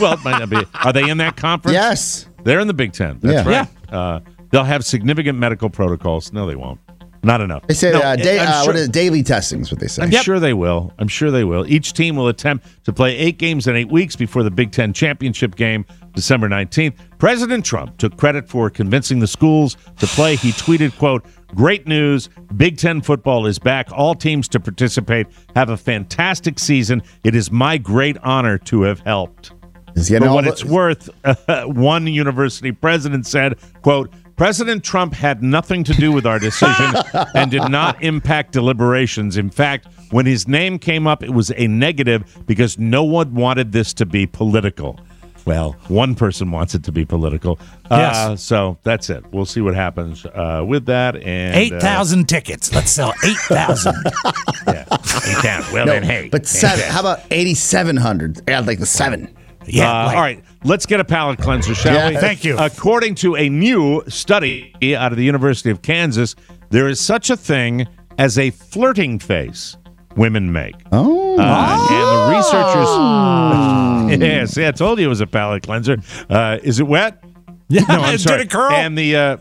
well, it might not be. Are they in that conference?
Yes.
They're in the Big Ten. That's
Yeah.
right. Uh, they'll have significant medical protocols. No, they won't. Not enough.
They say
no,
uh, day,
I'm
uh,
sure-
what is it, daily testing is what they say.
I'm sure they will. I'm sure they will. Each team will attempt to play eight games in eight weeks before the Big Ten championship game, December 19th. President Trump took credit for convincing the schools to play. He tweeted, quote, Great news. Big Ten football is back. All teams to participate. Have a fantastic season. It is my great honor to have helped.
Is he
For
getting all
what
the-
it's worth, uh, one university president said, quote, President Trump had nothing to do with our decision and did not impact deliberations. In fact, when his name came up, it was a negative because no one wanted this to be political. Well, one person wants it to be political. Uh, So that's it. We'll see what happens uh, with that. And
Eight thousand tickets. Let's sell eight thousand.
Uh, eight thousand. Well,
No,
then, hey.
But seven. How about 8,700? Yeah, I'd like the seven.
Yeah. Uh, all right. Let's get a palate cleanser, shall
Yeah.
we?
Thank you.
According to a new study out of the University of Kansas, there is such a thing as a flirting face women make. Uh,
Oh.
Oh.
and
Hmm.
the researchers. yeah, see, I told you it was a palate cleanser. Uh, is it wet? Yeah. No, I'm
Did
sorry.
it curl?
And the uh,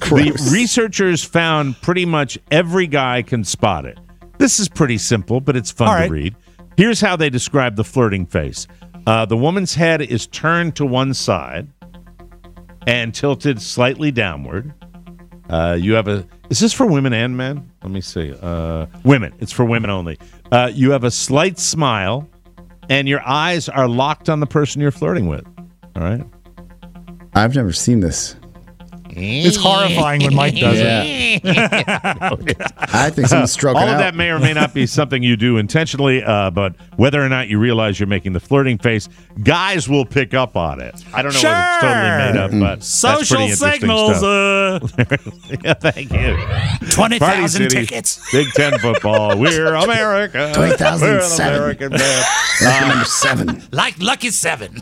the
Gross.
researchers found pretty much every guy can spot it. This is pretty simple, but it's fun
All
to
right.
read. Here's how they describe the flirting face. Uh, the woman's head is turned to one side and tilted slightly downward. Uh, you have a. Is this for women and men? Let me see. Uh, women. It's for women only. Uh, you have a slight smile, and your eyes are locked on the person you're flirting with. All right.
I've never seen this.
It's horrifying when Mike does it.
I think someone's stroking
All of
out.
that may or may not be something you do intentionally, uh, but whether or not you realize you're making the flirting face, guys will pick up on it. I don't know if it's totally made up,
Mm-hmm.
Sure.
but that's pretty
Social
interesting
signals.
stuff.
Uh,
yeah, thank you.
Twenty
Party
thousand
City,
tickets.
Big Ten football. We're America.
20,007.
We're an American man. Ah.
number seven.
Like Lucky Seven.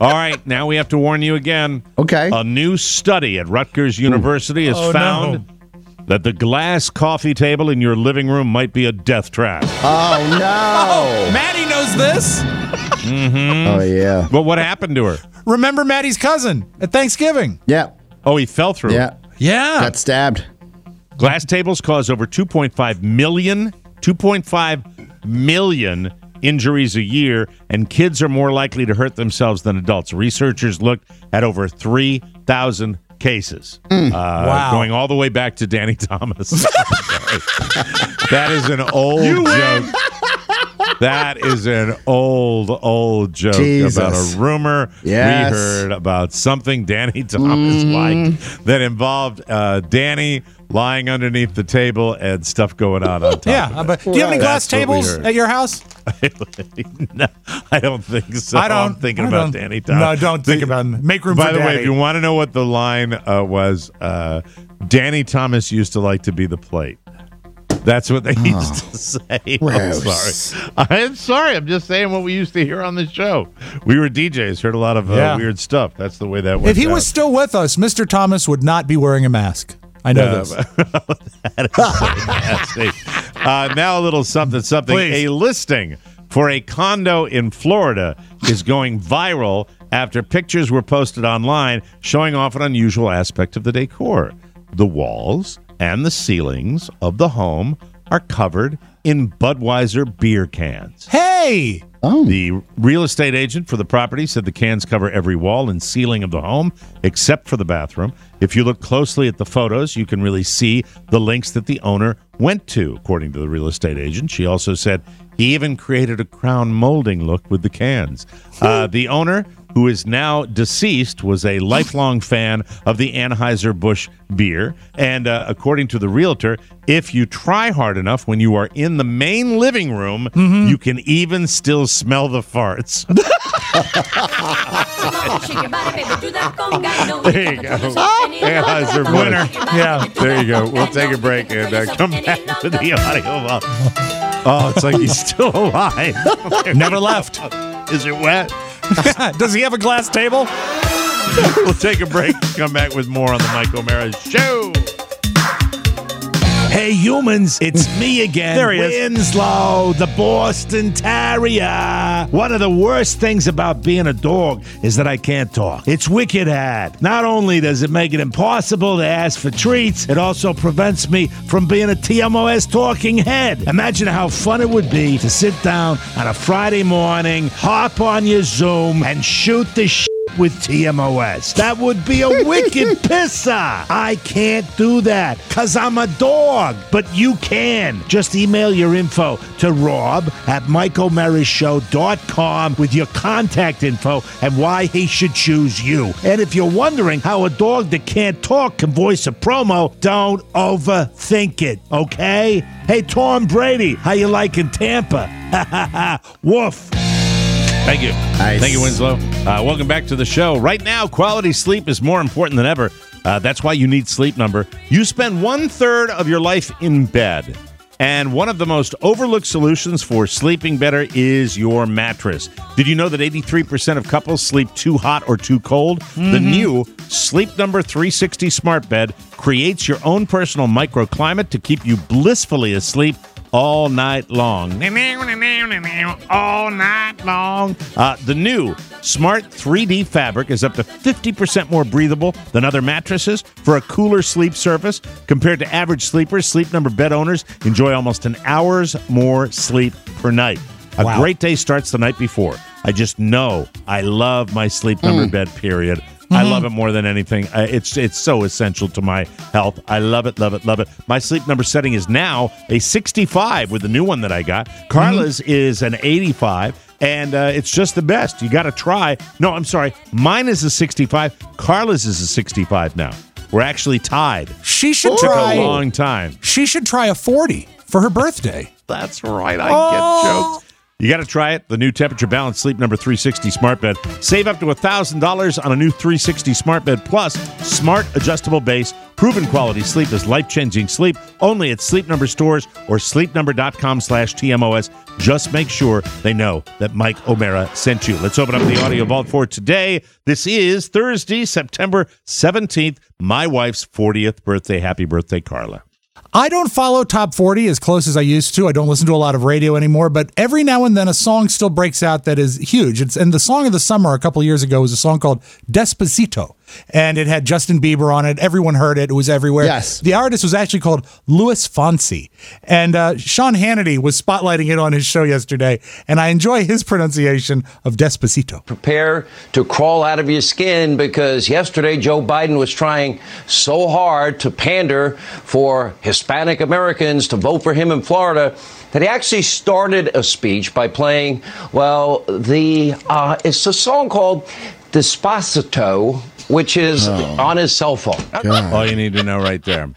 All right, now we have to warn you again.
Okay. Hmm.
A new study at Rutgers University has
Oh, no.
found that the glass coffee table in your living room might be a death trap.
Oh, no.
Maddie knows this.
Oh, yeah.
But what happened to her?
Remember Maddie's cousin at Thanksgiving.
Yeah.
Oh, he fell through.
Yeah.
Yeah.
Got stabbed.
Glass tables cause over 2.5 million, 2.5 million injuries a year, and kids are more likely to hurt themselves than adults. Researchers looked at over 3,000 cases,
Mm.
uh,
Wow.
going all the way back to Danny Thomas. that is an old joke. That is an old, old joke about
Jesus.
a rumor
Yes.
we heard about something Danny Thomas
Mm.
liked that involved uh, Danny lying underneath the table and stuff going on on top.
Yeah, uh,
of
but
it.
do you have any glass
That's what we
tables
heard.
at your house?
no, I don't think so.
I don't.
I'm thinking
I
about
don't-
Danny
No,
Thomas.
don't think about him. Make room
By
for
the way,
Daddy.
if you want to know what the line uh, was, uh, Danny Thomas used to like to be the plate. That's what they
Oh.
used to say. I'm
Gross.
sorry. I'm sorry. I'm just saying what we used to hear on the show. We were DJs, heard a lot of uh,
Yeah.
weird stuff. That's the way that went.
if he
down.
was still with us, Mr. Thomas would not be wearing a mask. I know
Uh,
this.
that is fantastic. Uh, now a little something something.
Please.
A listing for a condo in Florida is going viral after pictures were posted online showing off an unusual aspect of the decor. The walls and the ceilings of the home are covered in Budweiser beer cans.
Hey,
The real estate agent for the property said the cans cover every wall and ceiling of the home except for the bathroom. If you look closely at the photos, you can really see the links that the owner went to, according to the real estate agent. She also said he even created a crown molding look with the cans. Uh, the owner, who is now deceased, was a lifelong fan of the Anheuser-Busch beer. And uh, according to the realtor, if you try hard enough when you are in the main living room, you can even still smell the farts. there you go. Anheuser-Busch.
winner. Yeah.
There you go. We'll take a break and uh, come back with the audio. Well, Oh, it's like he's still alive.
Never left.
Is it wet?
Does he have a glass table?
We'll take a break. Come back with more on the Mike O'Mara Show.
Hey humans, it's me again.
There he is.
Winslow, the Boston Terrier. One of the worst things about being a dog is that I can't talk. It's wicked hard. Not only does it make it impossible to ask for treats, it also prevents me from being a TMOS talking head. Imagine how fun it would be to sit down on a Friday morning, hop on your Zoom, and shoot the shit with TMOS. That would be a wicked pisser. I can't do that because I'm a dog, but you can. Just email your info to rob at michaelmerrishow.com with your contact info and why he should choose you. And if you're wondering how a dog that can't talk can voice a promo, don't overthink it, okay? Hey, Tom Brady, how you liking Tampa? Woof.
Thank you.
Nice.
Thank you, Winslow. Uh, welcome back to the show. Right now, quality sleep is more important than ever. Uh, that's why you need Sleep Number. You spend one third of your life in bed. And one of the most overlooked solutions for sleeping better is your mattress. Did you know that 83% of couples sleep too hot or too cold? The new Sleep Number 360 Smart Bed creates your own personal microclimate to keep you blissfully asleep all night long. All night long. Uh, the new Smart 3D fabric is up to 50% more breathable than other mattresses for a cooler sleep surface. Compared to average sleepers, Sleep Number bed owners enjoy almost an hour's more sleep per night. A
Wow.
great day starts the night before. I just know I love my Sleep Number bed, period. I
Mhm.
love it more than anything. Uh, it's it's so essential to my health. I love it, love it, love it. My sleep number setting is now a 65 with the new one that I got. Carla's is an 85, and uh, it's just the best. You got to try. No, I'm sorry. Mine is a 65. Carla's is a 65 now. We're actually tied.
She should
Took
try-
a long time.
She should try a 40 for her birthday.
That's right. I get jokes. You got to try it. The new temperature balanced sleep number 360 smart bed. Save up to $1,000 on a new 360 smart bed plus smart adjustable base. Proven quality sleep is life-changing sleep only at sleep number stores or sleepnumber.com slash TMOS. Just make sure they know that Mike O'Mara sent you. Let's open up the audio vault for today. This is Thursday, September 17th, my wife's 40th birthday. Happy birthday, Carla.
I don't follow top 40 as close as I used to. I don't listen to a lot of radio anymore, but every now and then a song still breaks out that is huge. It's and the song of the summer a couple years ago was a song called Despacito, and it had Justin Bieber on it. Everyone heard it. It was everywhere. Yes. The artist was actually called Louis Fonsi, and uh, Sean Hannity was spotlighting it on his show yesterday, and I enjoy his pronunciation of Despacito.
prepare to crawl out of your skin because yesterday Joe Biden was trying so hard to pander for Hispanic Americans to vote for him in Florida that he actually started a speech by playing, well, the uh, it's a song called Despacito, which is on his cell phone.
All you need to know right there.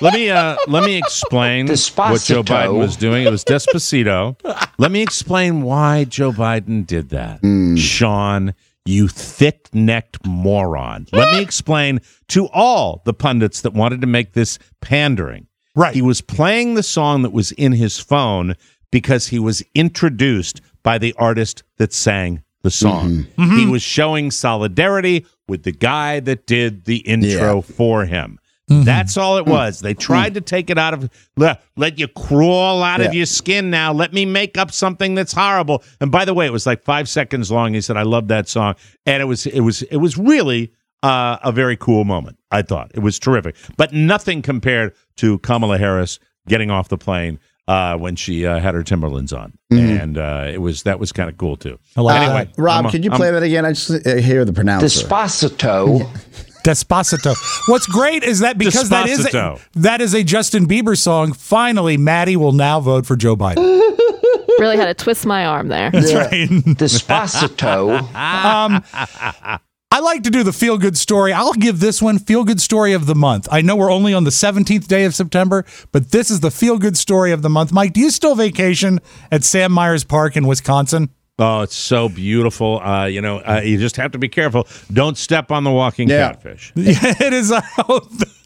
Let me uh, let me explain what Joe
Despacito.
Biden was doing. It was Despacito. let me explain why Joe Biden did that. Sean, you thick-necked moron. Let me explain to all the pundits that wanted to make this pandering. Right. He was playing the song that was in his phone because he was introduced by the artist that sang the song. He was showing solidarity with the guy that did the intro for him.
Mm-hmm.
That's all it
Mm.
was. They tried to take it out of le- let you crawl out of
Yeah.
your skin now. Let me make up something that's horrible. And by the way, it was like five seconds long. He said, "I love that song," and it was it was it was really uh, a very cool moment. I thought it was terrific, but nothing compared to Kamala Harris getting off the plane uh, when she uh, had her Timberlands on,
Mhm.
and uh, it was that was kind of cool too.
anyway, Uh, Rob,
I'm a-
could you
I'm-
play that again? I just uh, hear the pronouncer.
Despacito.
Despacito. What's great is that because that is a,
Despacito.
that is a Justin Bieber song. Finally, Maddie will now vote for Joe Biden.
really had to twist my arm there.
That's right.
Despacito.
um, I like to do the feel good story. I'll give this one feel good story of the month. I know we're only on the 17th day of September, but this is the feel good story of the month. Mike, do you still vacation at Sam Myers Park in Wisconsin?
Oh, it's so beautiful. Uh, you know, uh, you just have to be careful. Don't step on the walking catfish.
it is out.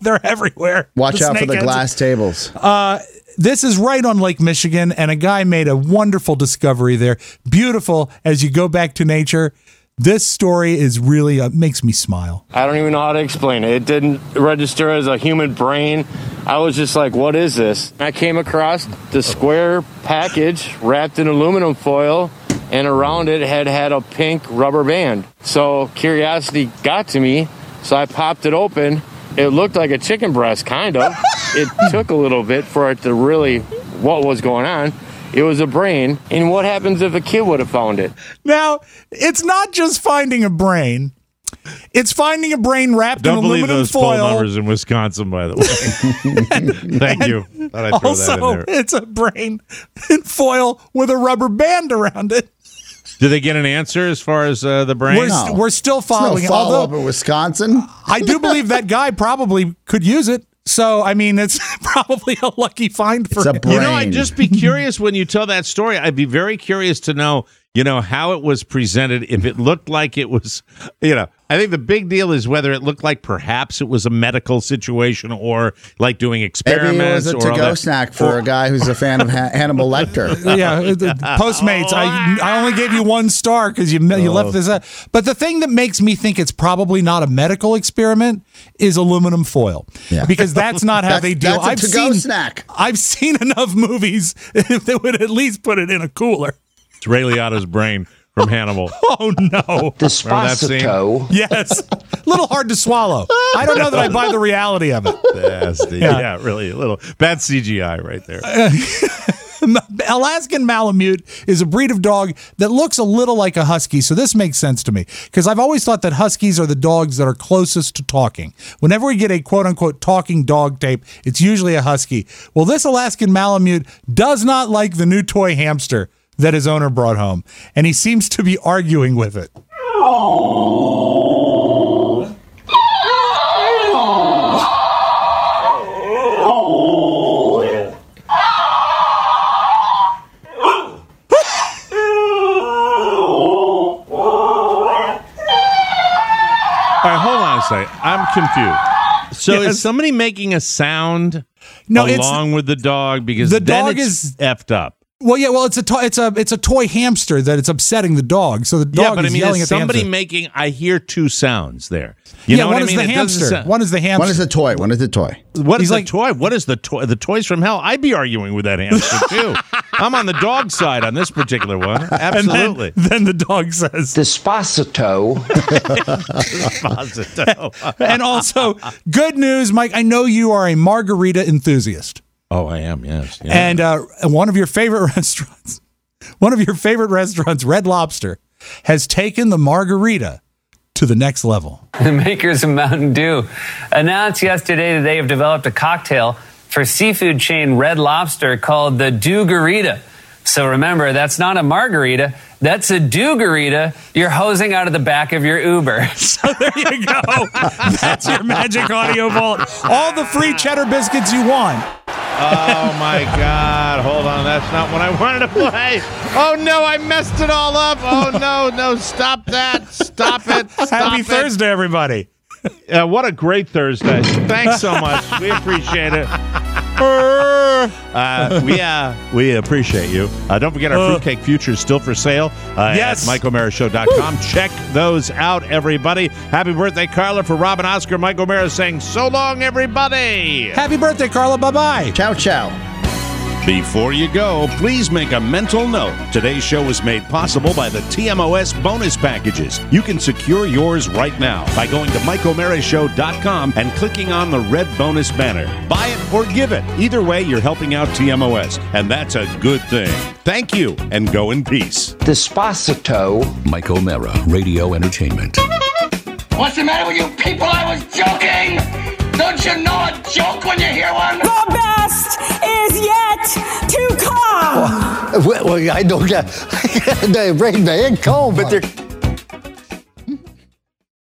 They're everywhere.
Watch out for the
snakeheads.
glass tables.
Uh, this is right on Lake Michigan, and a guy made a wonderful discovery there. Beautiful as you go back to nature. This story is really uh, makes me smile.
I don't even know how to explain it. It didn't register as a human brain. I was just like, what is this? I came across the square package wrapped in aluminum foil, and around it had had a pink rubber band. So curiosity got to me, so I popped it open. It looked like a chicken breast, kind of. it took a little bit for it to really what was going on. It was a brain, and what happens if a kid would have found it?
Now, it's not just finding a brain; it's finding a brain wrapped
Don't
in
believe
aluminum
those poll
foil.
numbers in Wisconsin, by the way. Thank you. Thought I'd throw that
Also,
in there.
it's a brain in foil with a rubber band around it.
Did they get an answer as far as uh, the brain?
We're, st- we're still following. it, although
in Wisconsin,
I do believe that guy probably could use it. So I mean, it's probably a lucky find for him.
You know, I'd just be curious when you tell that story. I'd be very curious to know you know, how it was presented, if it looked like it was, you know, I think the big deal is whether it looked like perhaps it was a medical situation or like doing experiments.
Maybe it was
or
a
all
to-go
that.
snack for a guy who's a fan of ha- Hannibal Lecter.
yeah, it- it- Postmates. I
Oh,
I only gave you one star because you you left this out. But the thing that makes me think it's probably not a medical experiment is aluminum foil,
Yeah.
because that's not how
That's-
they deal.
that's a
I've
to-go
seen
snack.
I've seen enough movies if they would at least put it in a cooler.
It's Ray Liotta's brain from Hannibal.
Oh no,
Remember that scene? Despacito.
Yes, a little hard to swallow. I don't know that I buy the reality of it.
Nasty.
Yeah.
Yeah. really a little bad CGI right there.
Uh, Alaskan Malamute is a breed of dog that looks a little like a husky, so this makes sense to me because I've always thought that huskies are the dogs that are closest to talking. Whenever we get a quote unquote talking dog tape, it's usually a husky. Well, this Alaskan Malamute does not like the new toy hamster that his owner brought home, and he seems to be arguing with it.
All right, hold on a second. I'm confused. So
Yes.
is somebody making a sound
No, it's-
along with the dog because
The
then
dog
it's
is-
effed up.
Well, yeah, well, it's a to- it's a it's a toy hamster that it's upsetting the dog, so the dog
yeah, but I
is
mean,
yelling
is
at the
somebody
hamster.
making? I hear two sounds there. You
yeah,
know
one
what I
is
mean?
the
It doesn't
hamster.
sound-
one is the hamster.
One is the toy. One is the toy.
What is
He's
the
like-
toy? What is the toy? The toys from hell. I'd be arguing with that hamster too. I'm on the dog side on this particular one.
And then-
Absolutely.
Then, the dog says
Despacito.
And also, good news, Mike. I know you are a margarita enthusiast,
oh, I am. Yes. Yeah.
and uh, one of your favorite restaurants, one of your favorite restaurants, Red Lobster, has taken the margarita to the next level.
The makers of Mountain Dew announced yesterday that they have developed a cocktail for seafood chain Red Lobster called the Dewgarita. So remember, that's not a margarita, that's a Dewgarita you're hosing out of the back of your Uber.
So there you go. That's your magic audio vault. All the free cheddar biscuits you want.
oh my God! Hold on. That's not what I wanted to play. Oh no! I messed it all up. Oh no! No! Stop that! Stop it! Stop
Happy
it.
Thursday, everybody.
Uh, what a great Thursday. Thanks so much. We appreciate it.
Er.
Uh, we uh, we appreciate you. Uh, don't forget our
Uh.
fruitcake future is still for sale uh,
Yes.
at michaelmarishow.com. Check those out, everybody. Happy birthday, Carla, for Robin Oscar. Michael Mara saying so long, everybody.
Happy birthday, Carla. Bye bye.
Ciao, ciao.
Before you go, please make a mental note. Today's show was made possible by the TMOS bonus packages. You can secure yours right now by going to MikeOMaraShow.com and clicking on the red bonus banner. Buy it or give it. Either way, you're helping out TMOS, and that's a good thing. Thank you, and go in peace.
Despacito.
Mike O'Mara, Radio Entertainment.
What's the matter with you people? I was joking! Don't you know a joke when you hear one?
The best is yet to come.
Well, well, I don't get they rain man cold, but they're